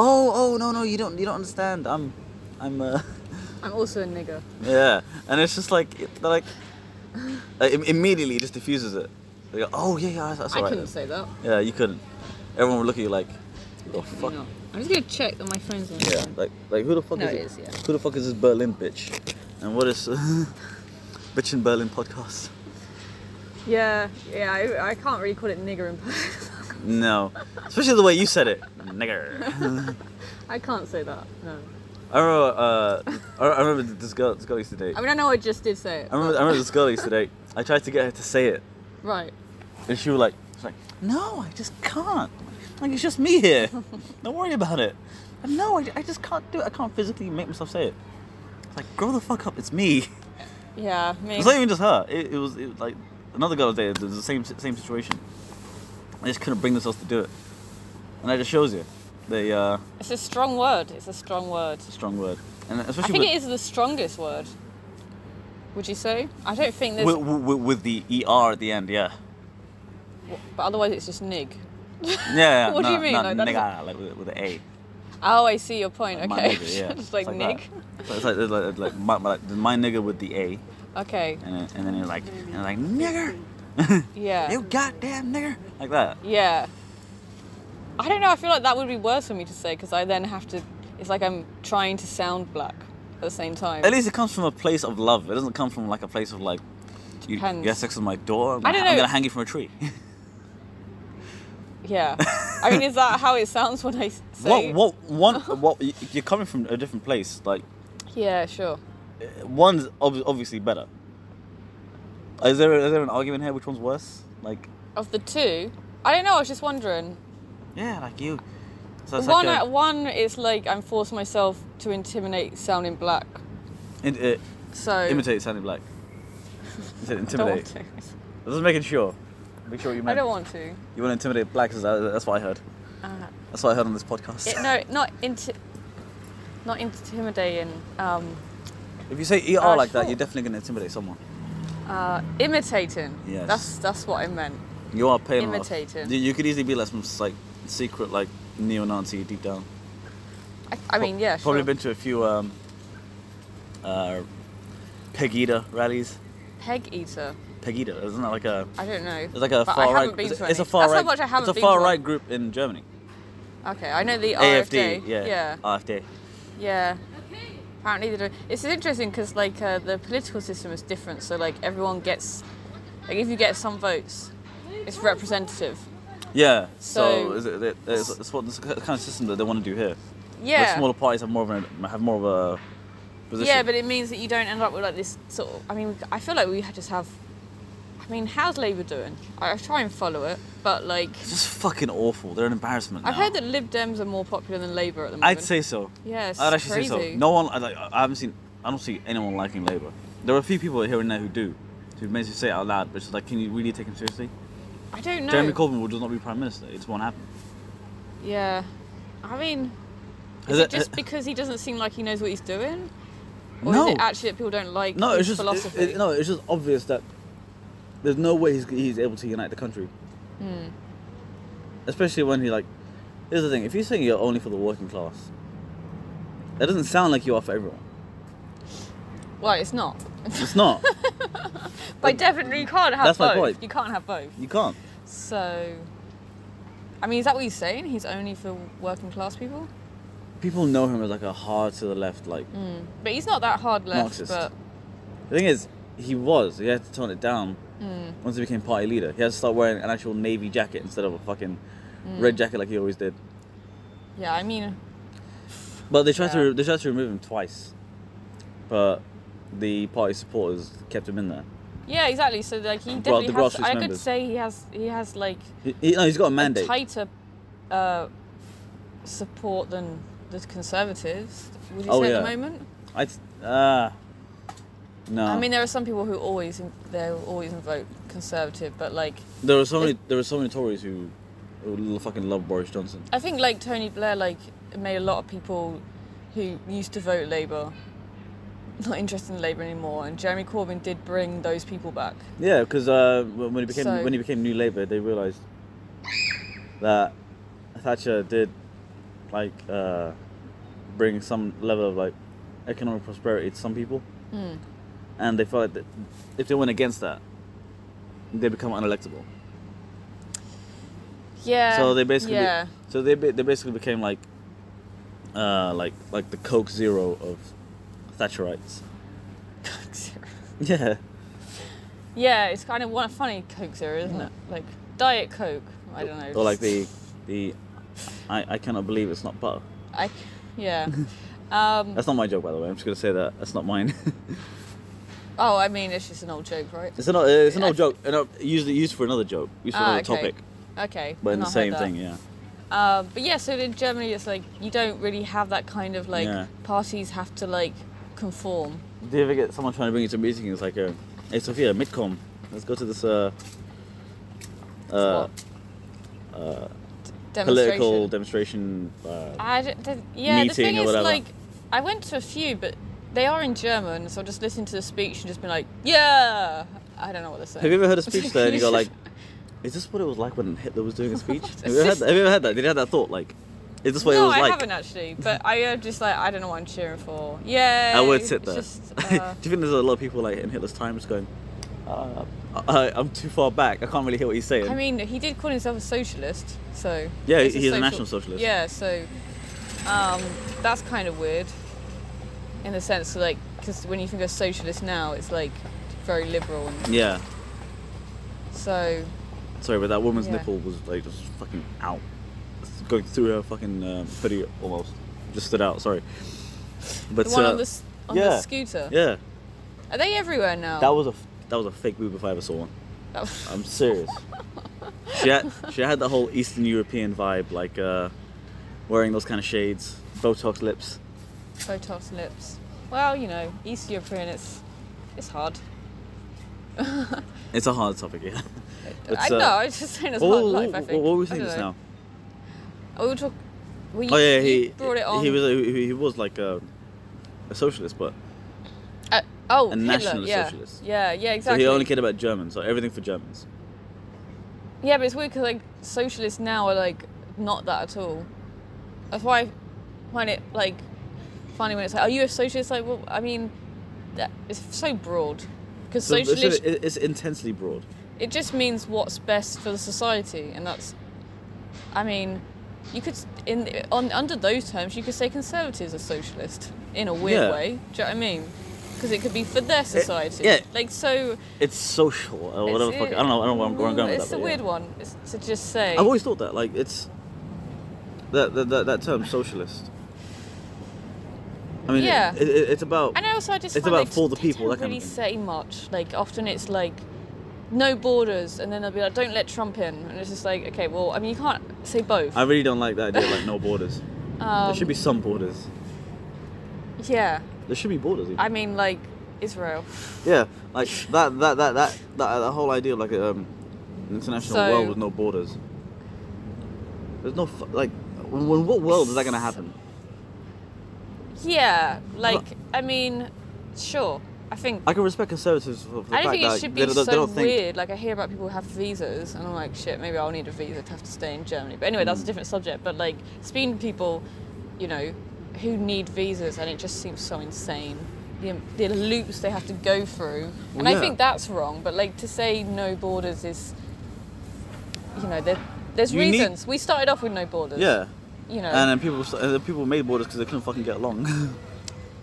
"Oh, oh, no, no, you don't, you don't understand. I'm, I'm." Uh, I'm also a nigger. yeah, and it's just like it, they're like, like im- immediately just diffuses it. They go, oh yeah, yeah, that's, that's I alright. couldn't then." say that. Yeah, you couldn't. Everyone would look at you like, who the You fuck? know. I'm just gonna check that my phone's on. Yeah, like like who the fuck No, is it it? is, yeah. Who the fuck is this Berlin bitch? And what is bitch in Berlin podcast? Yeah, yeah, I, I can't really call it nigger in person. No, especially the way you said it, nigger. I can't say that. No. I remember, uh, I I remember this girl, this girl I used to date. I mean, I know I just did say it. I remember, I remember this girl I used to date. I tried to get her to say it, Right. And she was like, she's like, no, I just can't. Like, it's just me here. Don't worry about it. And no, I, I just can't do it. I can't physically make myself say it. It's like, grow the fuck up. It's me. Yeah. Me. It's not even just her. It, it was it, was like another girl I dated. It was the same same situation. I just couldn't bring themselves to do it. And that just shows you the uh, It's a strong word. It's a strong word. strong word. And I especially think with, it is the strongest word. Would you say? I don't think there's. with, with, with the ER at the end, yeah. but otherwise, it's just nig. Yeah, yeah. What do no, you mean? Not Like, that nigga, like with, with the A. Oh, I see your point. My okay. nigga, yeah. just like, It's nig. that. So It's like, it's like, it's like, my, my- like my nigga with the A, Okay. and then, and then you're like, and you're like nigger, Yeah. you goddamn nigger, like that. Yeah. I don't know. I feel like that would be worse for me to say because I then have to. It's like I'm trying to sound black at the same time. At least it comes from a place of love. It doesn't come from like a place of like, you, you Depends. had sex with my door. I'm, I don't I'm know. gonna hang you from a tree. Yeah. I mean, is that how it sounds when I s- say? what? What? One? what? you- You're coming from a different place. Like Yeah, sure. one's ob- obviously better. Is there is there an argument here? Which one's worse? Like Of the two, I don't know. I was just wondering. yeah, like you. So it's one, uh, like a- one is like I'm forcing myself to intimidate sounding black. in- uh, So imitate sounding black. Is it I don't want intimidate? to. I was just making sure. Make sure what you I meant. don't want to. Uh, You want to intimidate blacks? is that- That's what I heard. That's what I heard on this podcast. It, no, not inti- not intimidating. Um, if you say ER Uh, like that, sure. you're definitely going to intimidate someone. uh, imitating. Yes. That's that's what I meant. You are paying a lot. Imitating. of- You, you could easily be like some like secret like neo-Nazi deep down. I, I mean, yeah, sure. Probably been to a few um, uh, Pegida rallies. Peg eater. Pegida, isn't that like a? I don't know. It's like a but I far haven't right. been It's, to it's a any. far That's right. how much I haven't it's a been far to right group in Germany. one. Okay, I know the AFD, RFD. yeah. Yeah. AfD. Yeah. Apparently they don't. It's interesting because like uh, the political system is different. So like everyone gets, like if you get some votes, it's representative. Yeah. So, So- is it, it- it's, it's what it's the kind of system that they want to do here. Where Yeah. smaller parties have more of an, have more of a position. Yeah, but it means that you don't end up with like this sort of. I mean, I feel like we just have. I mean, how's Labour doing? I, I try and follow it, but like it's just fucking awful. They're an embarrassment. I've now. heard that Lib Dems are more popular than Labour at the moment. I'd say so. Yes. I'd actually crazy. say so. No one. I, like, I haven't seen. I don't see anyone liking Labour. There are a few people here and there who do, who basically say it out loud, but it's like, can you really take him seriously? I don't know. Jeremy Corbyn will just not be prime minister. It won't happen. Yeah. I mean, is, Has it, it- just uh, because he doesn't seem like he knows what he's doing? Or No. is it actually that people don't like No, his it's just philosophy? it- it- no, it's just obvious that there's no way he's, he's able to unite the country. Especially when he like, here's the thing: if you're saying you're only for the working class, that doesn't sound like you are for everyone. Well, it's not. It's not. By definition, you can't have that's my both. point. You can't have both. you can't. So, I mean, is that what he's saying? He's only for working class people? People know him as like a hard to the left. Like But he's not that hard left. Marxist. But the thing is, he was. He had to tone it down once he became party leader. He had to start wearing an actual navy jacket instead of a fucking red jacket like he always did. yeah, I mean, But they tried Yeah. to they tried to remove him twice, but the party supporters kept him in there. yeah, exactly. So like he Well, definitely the has. grassroots I could members. say he has. He has like He, he- no, he's got a a mandate. tighter uh, support than the Conservatives. Would you Oh, say yeah. at the moment? I t- ah, no. I mean, there are some people who always they will always vote Conservative, but like there were so many there were so many Tories who, who l- fucking love Boris Johnson. I think like Tony Blair like made a lot of people who used to vote Labour not interested in Labour anymore, and Jeremy Corbyn did bring those people back. Yeah, because uh, when when he became So- when he became New Labour, they realised that Thatcher did like uh, bring some level of like economic prosperity to some people, Hmm. and they felt like that if they went against that, they become unelectable. Yeah. So they basically, Uh, yeah. so they ba- they basically became like, uh, like like the Coke Zero of Thatcherites. Yeah, yeah, it's kind of one funny Coke Zero, isn't it? Like Diet Coke. I don't know. or like the the, I, I cannot believe it's not butter. I, yeah. um, That's not my joke, by the way. I'm just gonna say that that's not mine. oh, I mean, it's just an old joke, right? it's an old, it's an I- old joke. An old, usually used for another joke, used for Ah, okay. another topic, Okay. but I've in the not same heard that. thing. Yeah, Um, but yeah, so in Germany, it's like you don't really have that kind of like Yeah. parties have to like conform. do you ever get someone trying to bring you to a meeting? It's like, uh, hey Sophia, midcom, let's go to this uh, uh, What? political demonstration. Uh, I don't, the, yeah, the meeting thing or is, whatever. like, I went to a few, but they are in German, so I'll just listen to the speech and just be like, yeah. I don't know what they're saying. Have you ever heard a speech there and you go like, is this what it was like when Hitler was doing a speech? What? have, you ever had that? have you ever had that? Did you have that thought? Like, is this what no, it was I like? haven't actually, but I am just like, I don't know what I'm cheering for. Yeah. I would sit there. Just, uh, Do you think there's a lot of people like in Hitler's time just going, uh, I, I'm too far back. I can't really hear what he's saying. I mean, he did call himself a socialist, so. Yeah, it's he's a national socialist. Yeah, so um, that's kind of weird in the sense that, like, because when you think of socialist now, it's like very liberal, and yeah. so Sorry, but that woman's Yeah. nipple was like just fucking out, It's going through her fucking um, hoodie almost. Just stood out. Sorry. But the one uh, on the s- on yeah. the scooter. yeah, Are they everywhere now? that was a f- that was a fake boob if I ever saw one. That was- I'm serious. she had she had the whole Eastern European vibe, like uh, wearing those kind of shades, Botox lips. Botox lips. Well, you know, East European, it's it's hard. It's a hard topic, yeah. I It's, know. uh, I was just saying it's hard life. I what, think. Oh, what were we I saying don't just know. now? Oh, we were talk- well, you, oh yeah, you he brought it on. He was he, he was like a, a socialist, but Uh, oh, a Hitler, national yeah. socialist. Yeah, yeah, so exactly. he only cared about Germans, so everything for Germans. Yeah, but it's weird because like socialists now are like not that at all. That's why I find it like funny when it's like, "Are you a socialist?" Like, well, I mean, that it's so broad because So, so socialist it- it's intensely broad. it just means what's best for the society, and that's. I mean, you could s- in on under those terms you could say conservatives are socialist in a weird Yeah. Eh, way. Do you know what I mean? Because it could be for their society. yeah. Like so. It's social or it's- Mm, whatever. the fuck, I don't know. I don't know where I'm, where I'm going with that. It's a but yeah. weird one it's, to just say. I've always thought that. Like it's that that that, that term socialist. I mean, it- Yeah. it, it, it's about. And also, I just It's find about they for just- the they people, Don't that kind really of thing. say much. Like often it's like no borders, and then they'll be like, "Don't let Trump in," and it's just like, okay, well, I mean, you can't say both. I really don't like that idea. of, Like no borders. Um, there should be some borders. yeah, There should be borders. Even. I mean, like Israel. yeah, like that that that that that, that whole idea of like a, um, an international So- world with no borders. There's no fu- like. In in what world is that gonna happen? Yeah, like I mean, sure. I think I can respect conservatives for, for the I don't fact think that it should be they, don't- so they don't think weird. Like I hear about people who have visas, and I'm like, shit, maybe I'll need a visa to have to stay in Germany. But anyway, Mm. that's a different subject. But like speaking to people, you know, who need visas, and it just seems so insane. The, the loops they have to go through, and yeah. I think that's wrong. But like to say no borders is, you know, there, there's You need- reasons. We started off with no borders. Yeah, You know. and then people st- and then people made borders because they couldn't fucking get along.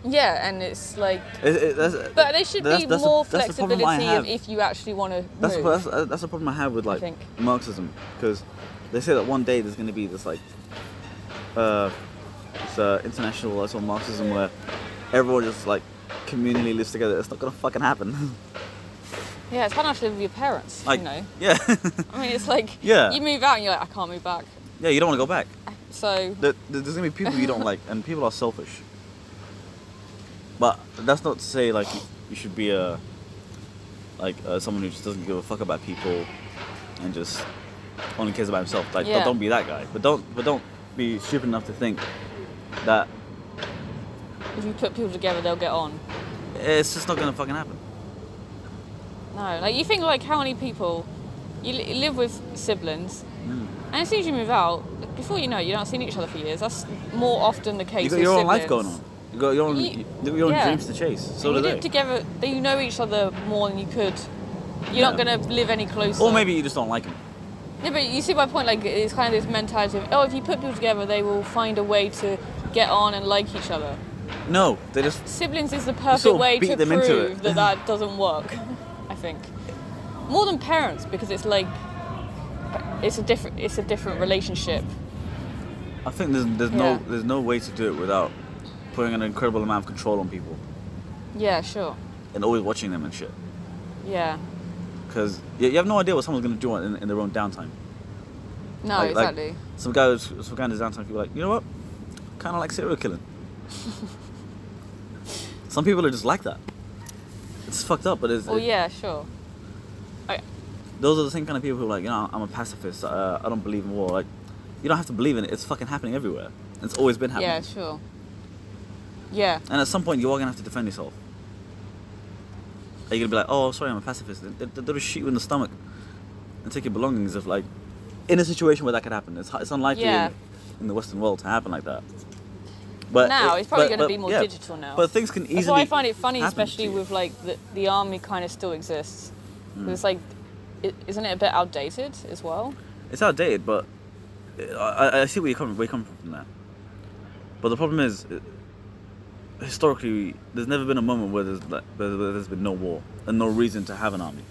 yeah, and it's like It- it- that's- But there should that's- be that's the- more that's the problem I flexibility have. of if you actually want to That's the, move. that's, uh, that's the problem I have with like think. Marxism because they say that one day there's going to be this like uh, this, uh, international uh, sort of Marxism where everyone just like communally lives together. It's not going to fucking happen. yeah, it's hard enough to live with your parents, like you know. yeah, I mean, it's like Yeah. you move out and you're like, I can't move back. yeah, you don't want to go back. So There, there- there's going to be people you don't like, and people are selfish. But that's not to say like you, you should be a like uh, someone who just doesn't give a fuck about people and just only cares about himself. Like, Yeah. don't, don't be that guy. But don't, but don't be stupid enough to think that if you put people together, they'll get on. it's just not gonna fucking happen. No, like you think like how many people you li- live with siblings, Hmm. and as soon as you move out, before you know, it, you don't see each other for years. That's more often the case. You got with your own siblings. life going on. You got your own, You- you, your own yeah. dreams to chase. So you do they. live together. They know each other more than you could. You're not Yeah. gonna live any closer. Or maybe you just don't like them. Yeah, but you see my point. Like it's kind of this mentality of oh, if you put people together, they will find a way to get on and like each other. No, they just Siblings is the perfect sort of way beat to them into prove it. that that doesn't work. I think more than parents because it's like it's a different it's a different relationship. I think there's, there's Yeah. no there's no way to do it without putting an incredible amount of control on people Yeah, sure. and always watching them and shit. Yeah. Because you, you have no idea what someone's gonna do on- in, in their own downtime. No, Like- like, exactly. some guy was some guy in his downtime. People were like, you know what? Kind of like serial killing. some people are just like that. It's fucked up, but it's, Well, it- Oh, yeah, sure. those are the same kind of people who are like, you know, I'm a pacifist. Uh, I don't believe in war. Like, you don't have to believe in it. It's fucking happening everywhere. It's always been happening. Yeah, sure. Yeah. And at some point, you are gonna have to defend yourself. Are you gonna be like, oh, sorry, I'm a pacifist? They, they, they'll just shoot you in the stomach and take your belongings. If like, in a situation where that could happen, it's, it's unlikely Yeah. in, in the Western world to happen like that. But Now, it- it's probably but- gonna but- be more yeah. digital now. But things can easily. That's why I find it funny, happen to especially you. Hmm. with like the, the army kind of still exists. 'Cause It's like, is isn't it a bit outdated as well? It's outdated, but I- I, I see where you come where you come from from there. But the problem is, it- historically, there's never been a moment where there's like, where where there's been no war and no reason to have an army.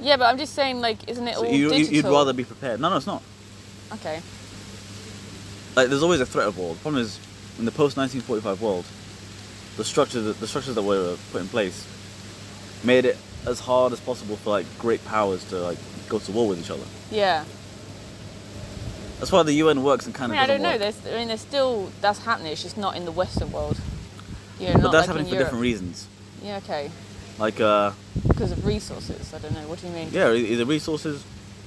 Yeah, but I'm just saying, like, isn't it So all you, you- digital? you'd rather be prepared. No, no, it's not. Okay. like there's always a threat of war. The problem is in the post 1945 world, the structure that, the structures that were put in place made it as hard as possible for like great powers to like go to war with each other. Yeah. That's why the UN works and I kind of mean, I doesn't don't know. work. There's, I mean, there's still that's happening. It's just not in the Western world. You know, but not that's like happening in for Europe. different reasons. Yeah. Okay. Like uh, Because of resources. I don't know. What do you mean? yeah, e- either resources,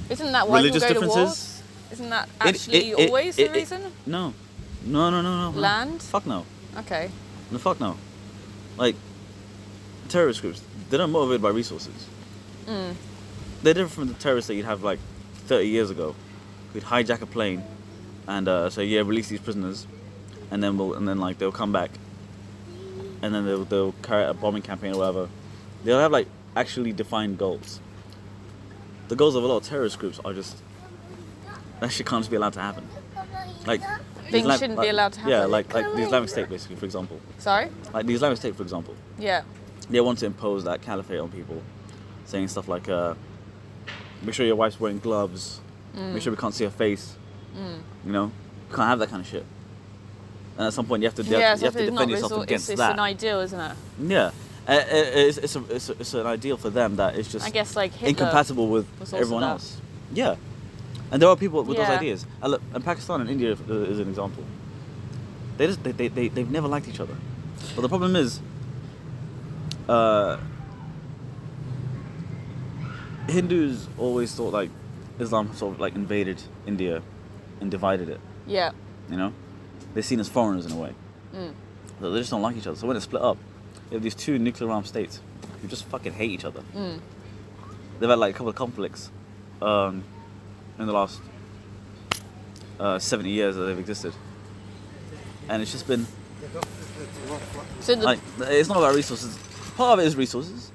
Isn't that Uh, why religious people go to differences. wars? Isn't that It- actually it- it- always it- the it- reason? No, no, no, no, no. no. Land? Fuck no. Okay. No, fuck no. Hmm. Like terrorist groups, they're not motivated by resources. they're different from the terrorists that you'd have like 30 years ago. We'd hijack a plane and uh, say, yeah, release these prisoners, and then we'll and then like they'll come back, and then they'll they'll carry out a bombing campaign or whatever. They'll have like actually defined goals. The goals of a lot of terrorist groups are just that shit can't just be allowed to happen. Like the Things shouldn't be like- allowed to Yeah, happen. like like the Islamic State basically, for example. Sorry? Like the Islamic State, for example Yeah. they want to impose that caliphate on people, saying stuff like, uh, "Make sure your wife's wearing gloves. Mm. Make sure we can't see her face. You know, you can't have that kind of shit." And at some point, you have to yeah, you have to it's defend yourself resort- against it's, it's that. an ideal, isn't it? yeah, Uh, uh, it's, it's, a, it's, a, it's an ideal for them that is just I guess like Hitler. incompatible with was also everyone that. else. Yeah, and there are people with Yeah. those ideas. And look, and Pakistan and India uh, is an example. They just they, they, they they've never liked each other, but the problem is, uh, Hindus always thought like Islam sort of like invaded India and divided it. Yeah. You know, they're seen as foreigners in a way. So they just don't like each other. So when it's split up, you have these two nuclear armed states who just fucking hate each other. They've had like a couple of conflicts um, in the last uh, 70 years that they've existed. And it's just been So the, like it's not about resources. Part of it is resources.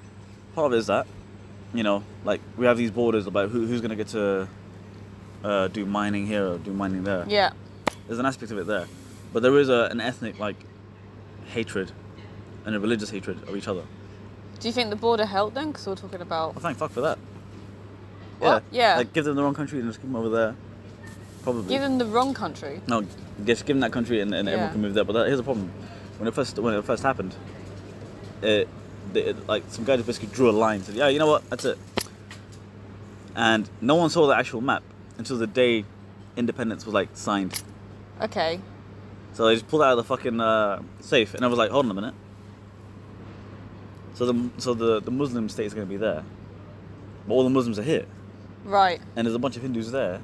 Part of it is that, you know, like we have these borders about who, who's gonna get to uh, do mining here or do mining there yeah. there's an aspect of it there, but there is a, an ethnic like hatred and a religious hatred of each other. Do you think the border helped then? Because we're talking about. Well, thank fuck for that. What? Yeah. Like give them the wrong country and just keep them over there. Probably. Give them the wrong country. no, just give them that country and, and Yeah. everyone can move there. But that, here's the problem: when it first when it first happened, it, they- it like some guy just basically drew a line. Said, yeah, you know what? That's it. And no one saw the actual map until the day independence was like signed. Okay. So they just pulled out of the fucking uh, safe, and I was like, hold on a minute. So the so the, the Muslim state is going to be there, but all the Muslims are here, Right. and there's a bunch of Hindus there.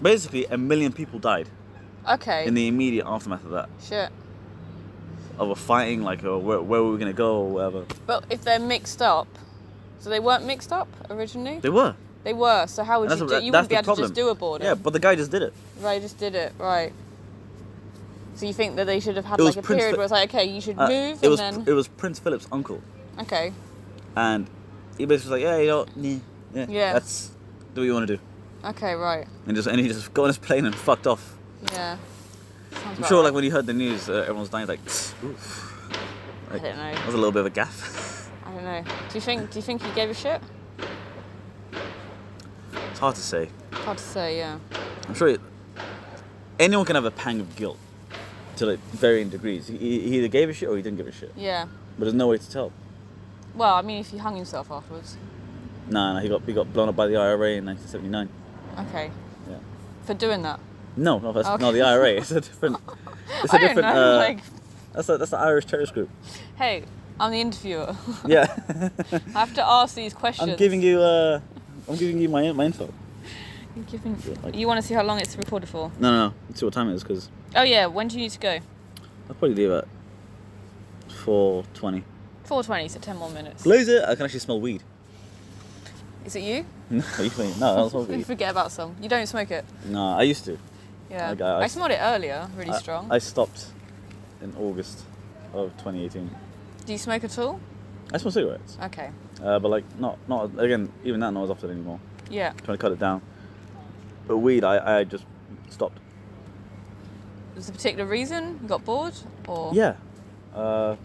Basically, a million people died Okay. in the immediate aftermath of that, Shit. of a fighting, like uh where, where were we going to go or whatever. But if they're mixed up, so they weren't mixed up originally. They were. They were. So how would That's you the- do? You wouldn't that's be the able to just problem. do a border. Yeah, but the guy just did it. Right. Just did it. Right. So you think that they should have had It like was a Prince period Fi- where it's like, okay, you should Uh, move, it was and it then was Prince Philip's uncle, okay, and he basically was like, yeah, you know, yeah, yeah, Yeah. that's do what you want to do, okay, right, and just and he just got on his plane and fucked off. yeah. Sounds I'm about sure, right. like when you heard the news, uh, everyone's dying. Like, oof. Like, don't know. That was a little bit of a gaff. I don't know. Do you think? Do you think he gave a shit? it's hard to say. Hard to say. Yeah. I'm sure it, anyone can have a pang of guilt to like varying degrees. He, he either gave a shit or he didn't give a shit. Yeah. But there's no way to tell. Well, I mean, if he hung himself afterwards, Nah, nah, he got he got blown up by the IRA in 1979. okay, Yeah. for doing that. No, no, that's Okay. no the IRA. It's a different. It's a I don't different. know. uh, Like, that's a, that's the Irish terrorist group. hey, I'm the interviewer. Yeah. I have to ask these questions. I'm giving you. Uh, I'm giving you my my info. I'm giving- like- you want to see how long it's recorded for? No, no, no. Let's see what time it is because Oh yeah. When do you need to go? I'll probably leave at 4:20. 4:20. So 10 more minutes. Laser, I can actually smell weed. Is it you? No, you think- no, I don't smell We weed. forget about some. You don't smoke it. No, I used to. Yeah. Like, I, I- smelled it earlier. Really I- strong. I, stopped in August of 2018. do you smoke at all? I smell cigarettes, Okay. uh, but like not not again. Even that not as often anymore. Yeah. trying to cut it down. But weed, I, I just stopped. Was there a particular reason? You got bored? Or Yeah. Uh,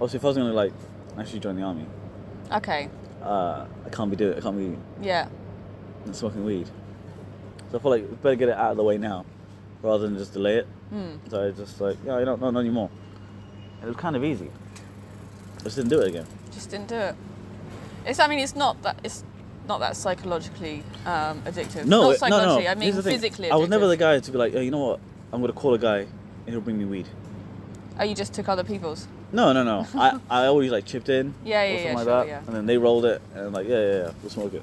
also, if I was gonna like actually join the army, Okay. uh, I can't be doing. I can't be Yeah. smoking weed. So I feel like better get it out of the way now, rather than just delay it. Hmm. So I just like, yeah, you don't, not anymore. It was kind of easy. I just didn't do it again. Just didn't do it. It's. I mean, it's not that. It's not that psychologically um, addictive. Not No, it- no, no, psychologically. no. I Here's mean, the thing. physically. I was never the addictive. guy to be like, oh, you know what? I'm gonna call a guy and he'll bring me weed. Oh, you just took other people's. No, no, no. I, I always like chipped in. Yeah, yeah, or something yeah, like sure, that, yeah. And then they rolled it, and like, yeah, yeah, yeah, we'll smoke it.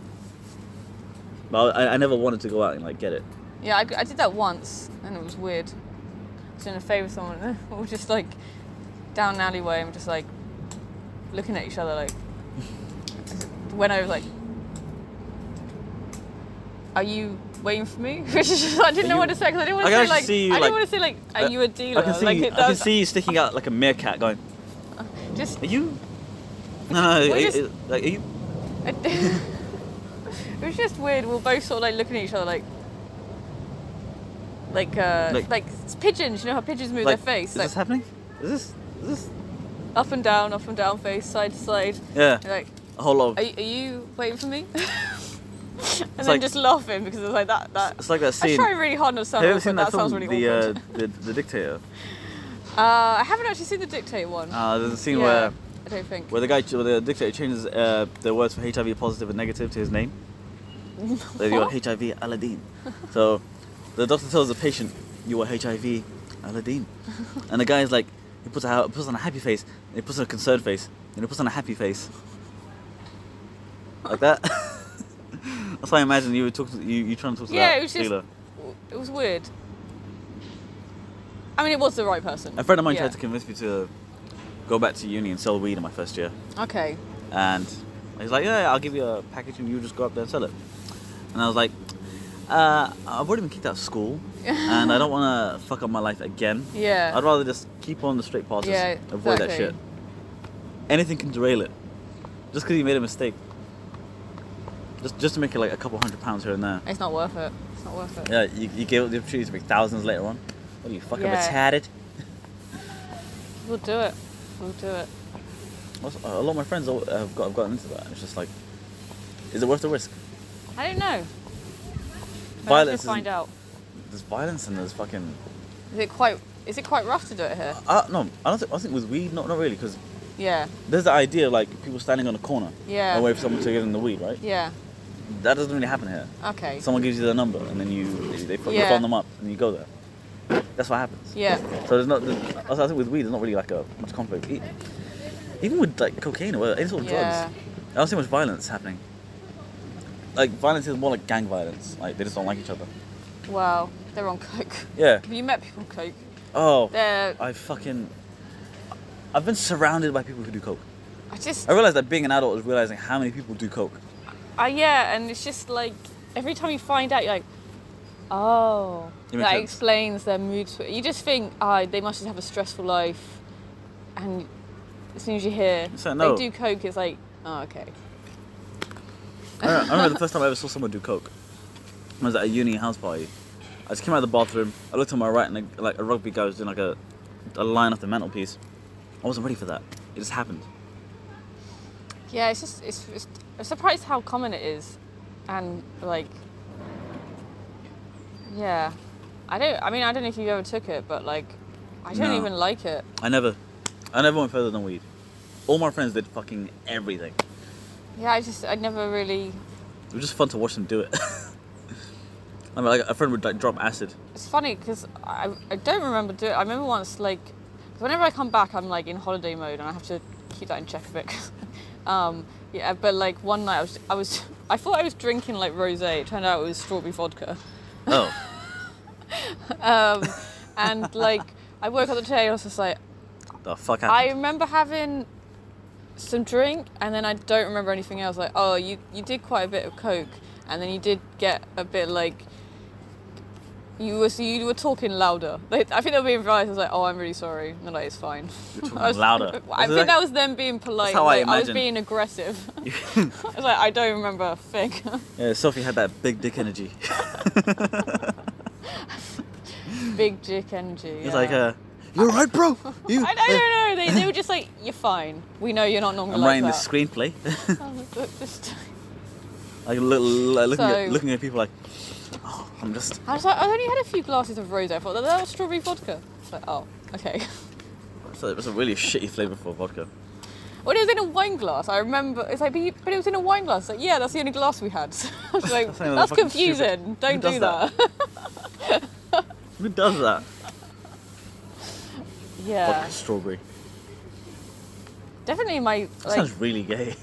But I, I never wanted to go out and like get it. Yeah, I, I did that once, and it was weird. I was doing a favour with someone, and we were just like down an alleyway, and we're just like looking at each other, like, went over like, "Are you waiting for me?" Which is just, I didn't know you- what to say because I didn't want I to can say actually like, see you, I like- didn't want to say like, "Are Uh, you a dealer?" I can see, like you, it I can does- see you sticking out like a meerkat going, Just Are you? No, no, Well, are, you- just- like, are you? it was just weird. We were both sort of like looking at each other like. Like, uh, Like- like, s- pigeons, you know how pigeons move like, their face? Is Like, this happening? Is this? Is this? up and down, up and down face, side to side. Yeah, You're like, a whole lot. Of, are, you- are you waiting for me? and then like- just laughing because it's like that. that it's like that I scene. try really hard not to Have sound you ever awkward. seen that, that, sounds film, really the, uh, awkward. the the dictator? Uh, I haven't actually seen the Dictator one. Uh, there's a scene Yeah, where I don't think. where the guy where the dictator changes uh, the words for HIV positive and negative to his name. Like you're HIV Aladdin. so the doctor tells the patient, "You are HIV Aladdin," and the guy's like, he puts a, puts on a happy face, and he puts on a concerned face, and he puts on a happy face, like that. That's how I imagine you were talking. To, you you trying to talk to Yeah, that it was just- dealer. It was weird. I mean, it was the right person. A friend of mine yeah. tried to convince me to go back to uni and sell weed in my first year. Okay. And he's like, yeah, yeah, I'll give you a package and you just go up there and sell it. And I was like, uh, I've already been kicked out of school and I don't want to fuck up my life again. Yeah. I'd rather just keep on the straight path, just Yeah, avoid that exactly. shit. Anything can derail it. Just because you made a mistake. Just, just to make it like a couple hundred pounds here and there. It's not worth it. It's not worth it. Yeah, you, you gave up the opportunity to make thousands later on. What are you, fucking Yeah. retarded? We'll do it. We'll do it. Also, a lot of my friends all- have, got, have gotten into that. It's just like, is it worth the risk? I don't know. But Violence let's is- find out. There's violence and there's fucking. Is it quite? Is it quite rough to do it here? Uh, no, I don't think, I think with weed, not, not really, because Yeah. there's the idea of like people standing on a corner Yeah. and wait for someone to give them the weed, right? Yeah. That doesn't really happen here. Okay. Someone gives you their number and then you they, they phone you Yeah. phone them up and you go there. That's what happens. yeah. So there's not. There's, also, I think with weed, there's not really like a much conflict. E- Even with like cocaine or whatever, any sort of Yeah. drugs, I don't see much violence happening. Like violence is more like gang violence. Like they just don't like each other. Well, they're on coke. Yeah. Have you met people on coke? Oh. They're. I fucking. I've been surrounded by people who do coke. I just. I realized that being an adult is realizing how many people do coke. Uh, yeah, and it's just like every time you find out, you're like, oh, It that makes sense. explains their mood. sw- You just think, oh, they must just have a stressful life, and as soon as you hear So, no. they do coke, it's like, oh, okay, I remember, I remember the first time I ever saw someone do coke. I was at a uni house party. I just came out of the bathroom. I looked to my right, and a, like a rugby guy was doing like a, a line off the mantelpiece. I wasn't ready for that. It just happened. yeah. It's just, it's, it's I'm surprised how common it is, and like, yeah, I don't. I mean, I don't know if you ever took it, but like, I don't No. even like it. I never, I never went further than weed. All my friends did fucking everything. Yeah, I just, I never really. It was just fun to watch them do it. I mean, like a friend would like drop acid. It's funny because I, I don't remember doing. I remember once like 'cause whenever I come back, I'm like in holiday mode and I have to keep that in check a bit. um, yeah, but like one night I was I was I thought I was drinking like rosé. It turned out it was strawberry vodka. Oh, Um, and like I woke up the day I was just like the fuck I happened? remember having some drink and then I don't remember anything else. Like oh you you did quite a bit of coke and then you did get a bit like you were so you were talking louder. Like, I think they were being polite. I was like, "Oh, I'm really sorry." And they're like, "It's fine." You're I was, talking louder. I think that was them being polite. how like, I I was imagine. being aggressive. I was like, "I don't remember a thing." Yeah, Sophie had that big dick energy. Big dick energy. It's yeah. like, uh, you're right, bro. You. I, I don't know. They, they were just like, "You're fine. We know you're not normally I'm like writing that." Oh, this screenplay. Just- like, look, like looking, at, So- looking at people like, oh, I'm just. I was like, "I only had a few glasses of rosé. I thought that, that was strawberry vodka." It's like, "Oh, okay." It's a, it's a really shitty flavour for vodka. When it was in a wine glass, I remember. It's like, but, you, but it was in a wine glass. Like, yeah, that's the only glass we had. I was like, That's fucking that's stupid. confusing. Don't does do that? that. Who does that? yeah, Vodka strawberry. definitely my That like. sounds really gay.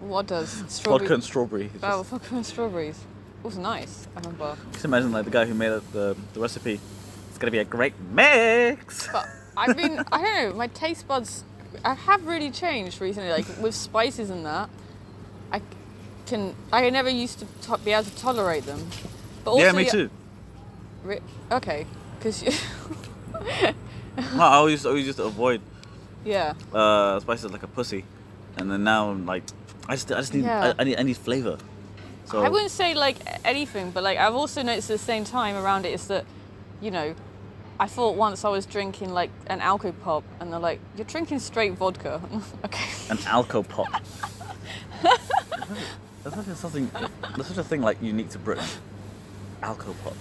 What does strawberry? Vodka and strawberry. It's Oh, Just, vodka and strawberries. It was nice. I remember. just imagine like the guy who made up the, the recipe. It's gonna be a great mix. But I mean, I don't know. My taste buds I have really changed recently, like with spices and that. I c- can I never used to to- be able to tolerate them. But also yeah, me the- too. Re- okay, because you, No, I always, always used to avoid yeah, uh, spices like a pussy, and then now I'm like, I just, I just need, Yeah. I, I need, I need flavor. So I wouldn't say like anything, but like I've also noticed at the same time around it is that, you know, I thought once I was drinking like an alco pop, and they're like, you're drinking straight vodka. okay. an alco pop. there's such a something, there's such a thing like unique to Britain. Alco pop.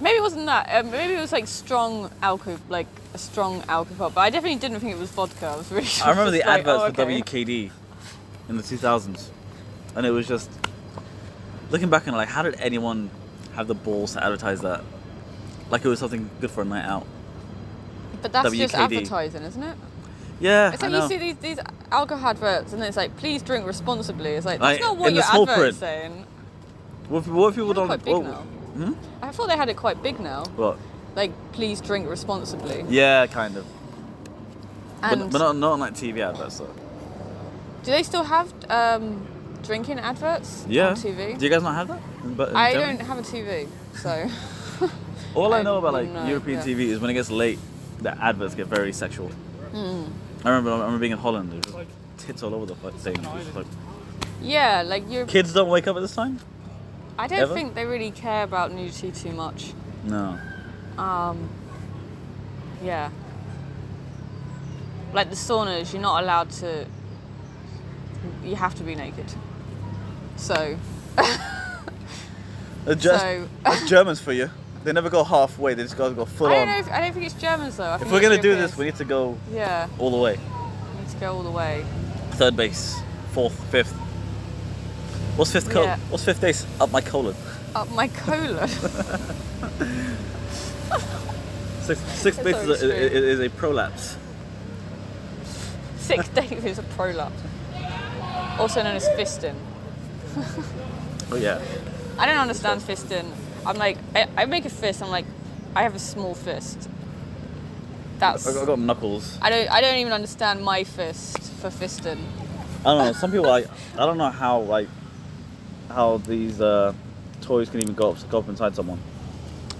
Maybe it wasn't that. Um, maybe it was like strong alcohol, like a strong alcohol. But I definitely didn't think it was vodka. I was really. I remember the just like, adverts oh, for okay. WKD in the 2000s, and it was just looking back and like, how did anyone have the balls to advertise that? Like it was something good for a night out. But that's just WKD. advertising, isn't it? Yeah, It's I like know. you see these these alcohol adverts, and it's like, please drink responsibly. It's like that's Like, not in what the your small advert is print. saying. what if, what if people It's don't? quite big what- now. Hmm? I thought they had it quite big now. What? Like, please drink responsibly. Yeah, kind of. And but, but not, not on like TV adverts though. do they still have um, drinking adverts Yeah. on TV? Do you guys not have that? In, but in I Germany? don't have a TV, so All I, I know about like wouldn't know, European yeah. TV is when it gets late, the adverts get very sexual. Hmm. I remember I remember being in Holland. There was just, like tits all over the fu- thing. It was just like, yeah, like you're. Kids don't wake up at this time. I don't Ever? think they really care about nudity too much. No. Yeah. Like the saunas, you're not allowed to. You have to be naked. So, They're just- So- that's Germans for you. They never go halfway. They just gotta go full I don't on. know. If, I don't think it's Germans though. I if think we're it's gonna do Europeans. this, we need to go yeah, all the way. we need to go all the way. Third base, fourth, fifth. What's fifth col? Yeah. What's fifth base? Up my colon. Up my colon. Sixth, sixth That's base so is a, extreme. is, is a prolapse. Six Dave is a prolapse, also known as fisting. Oh yeah. I don't understand fisting. I'm like, I, I make a fist. I'm like, I have a small fist. That's. I got, I got knuckles. I don't. I don't even understand my fist for fisting. I don't know. Some people like I don't know how like how these uh, toys can even go up go up inside someone.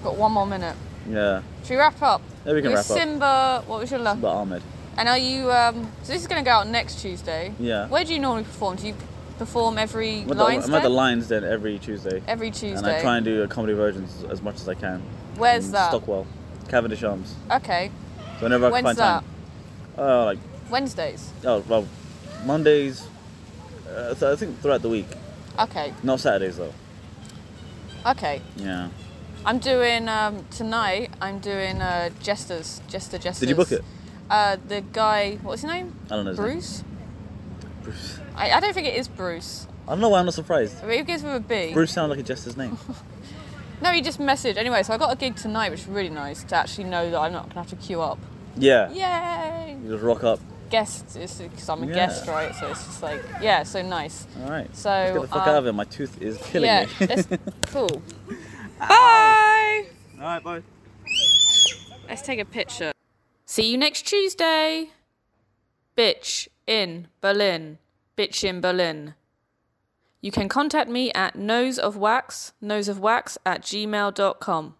Got one more minute. Yeah, Should we wrap up? Yeah, we can You're wrap up. Simba, what was your last? but Ahmed. And are you? Um, so this is going to go out next Tuesday. Yeah. Where do you normally perform? Do you perform every I'm at, the, Lions I'm at the Den? Lions Den every Tuesday, Every and Tuesday. I try and do a comedy versions as much as I can. Where's in that? Stockwell, Cavendish Arms. Okay. So whenever I When's can find that? time. Uh, like Wednesdays. oh well, Mondays. Uh, so I think throughout the week, Okay. not Saturdays though. Okay. Yeah. I'm doing um, tonight. I'm doing uh, Jesters. Jester Jesters. Did you book it? Uh, the guy. What's his name? I don't know. his name. Bruce. Bruce. I, I don't think it is Bruce. I don't know why I'm not surprised. But it gives with a B. Bruce sounds like a jester's name. No, he just messaged. Anyway, so I got a gig tonight, which is really nice to actually know that I'm not gonna have to queue up. Yeah. Yay! You just rock up. Guests, because I'm a Yeah. guest, right? So it's just like, yeah, so nice. All right. So, let's get the fuck um, out of here. My tooth is killing yeah, me. let's, cool. Bye. All right, bye. Let's take a picture. See you next Tuesday. Bitch in Berlin. Bitch in Berlin. You can contact me at noseofwax, noseofwax at gmail.com.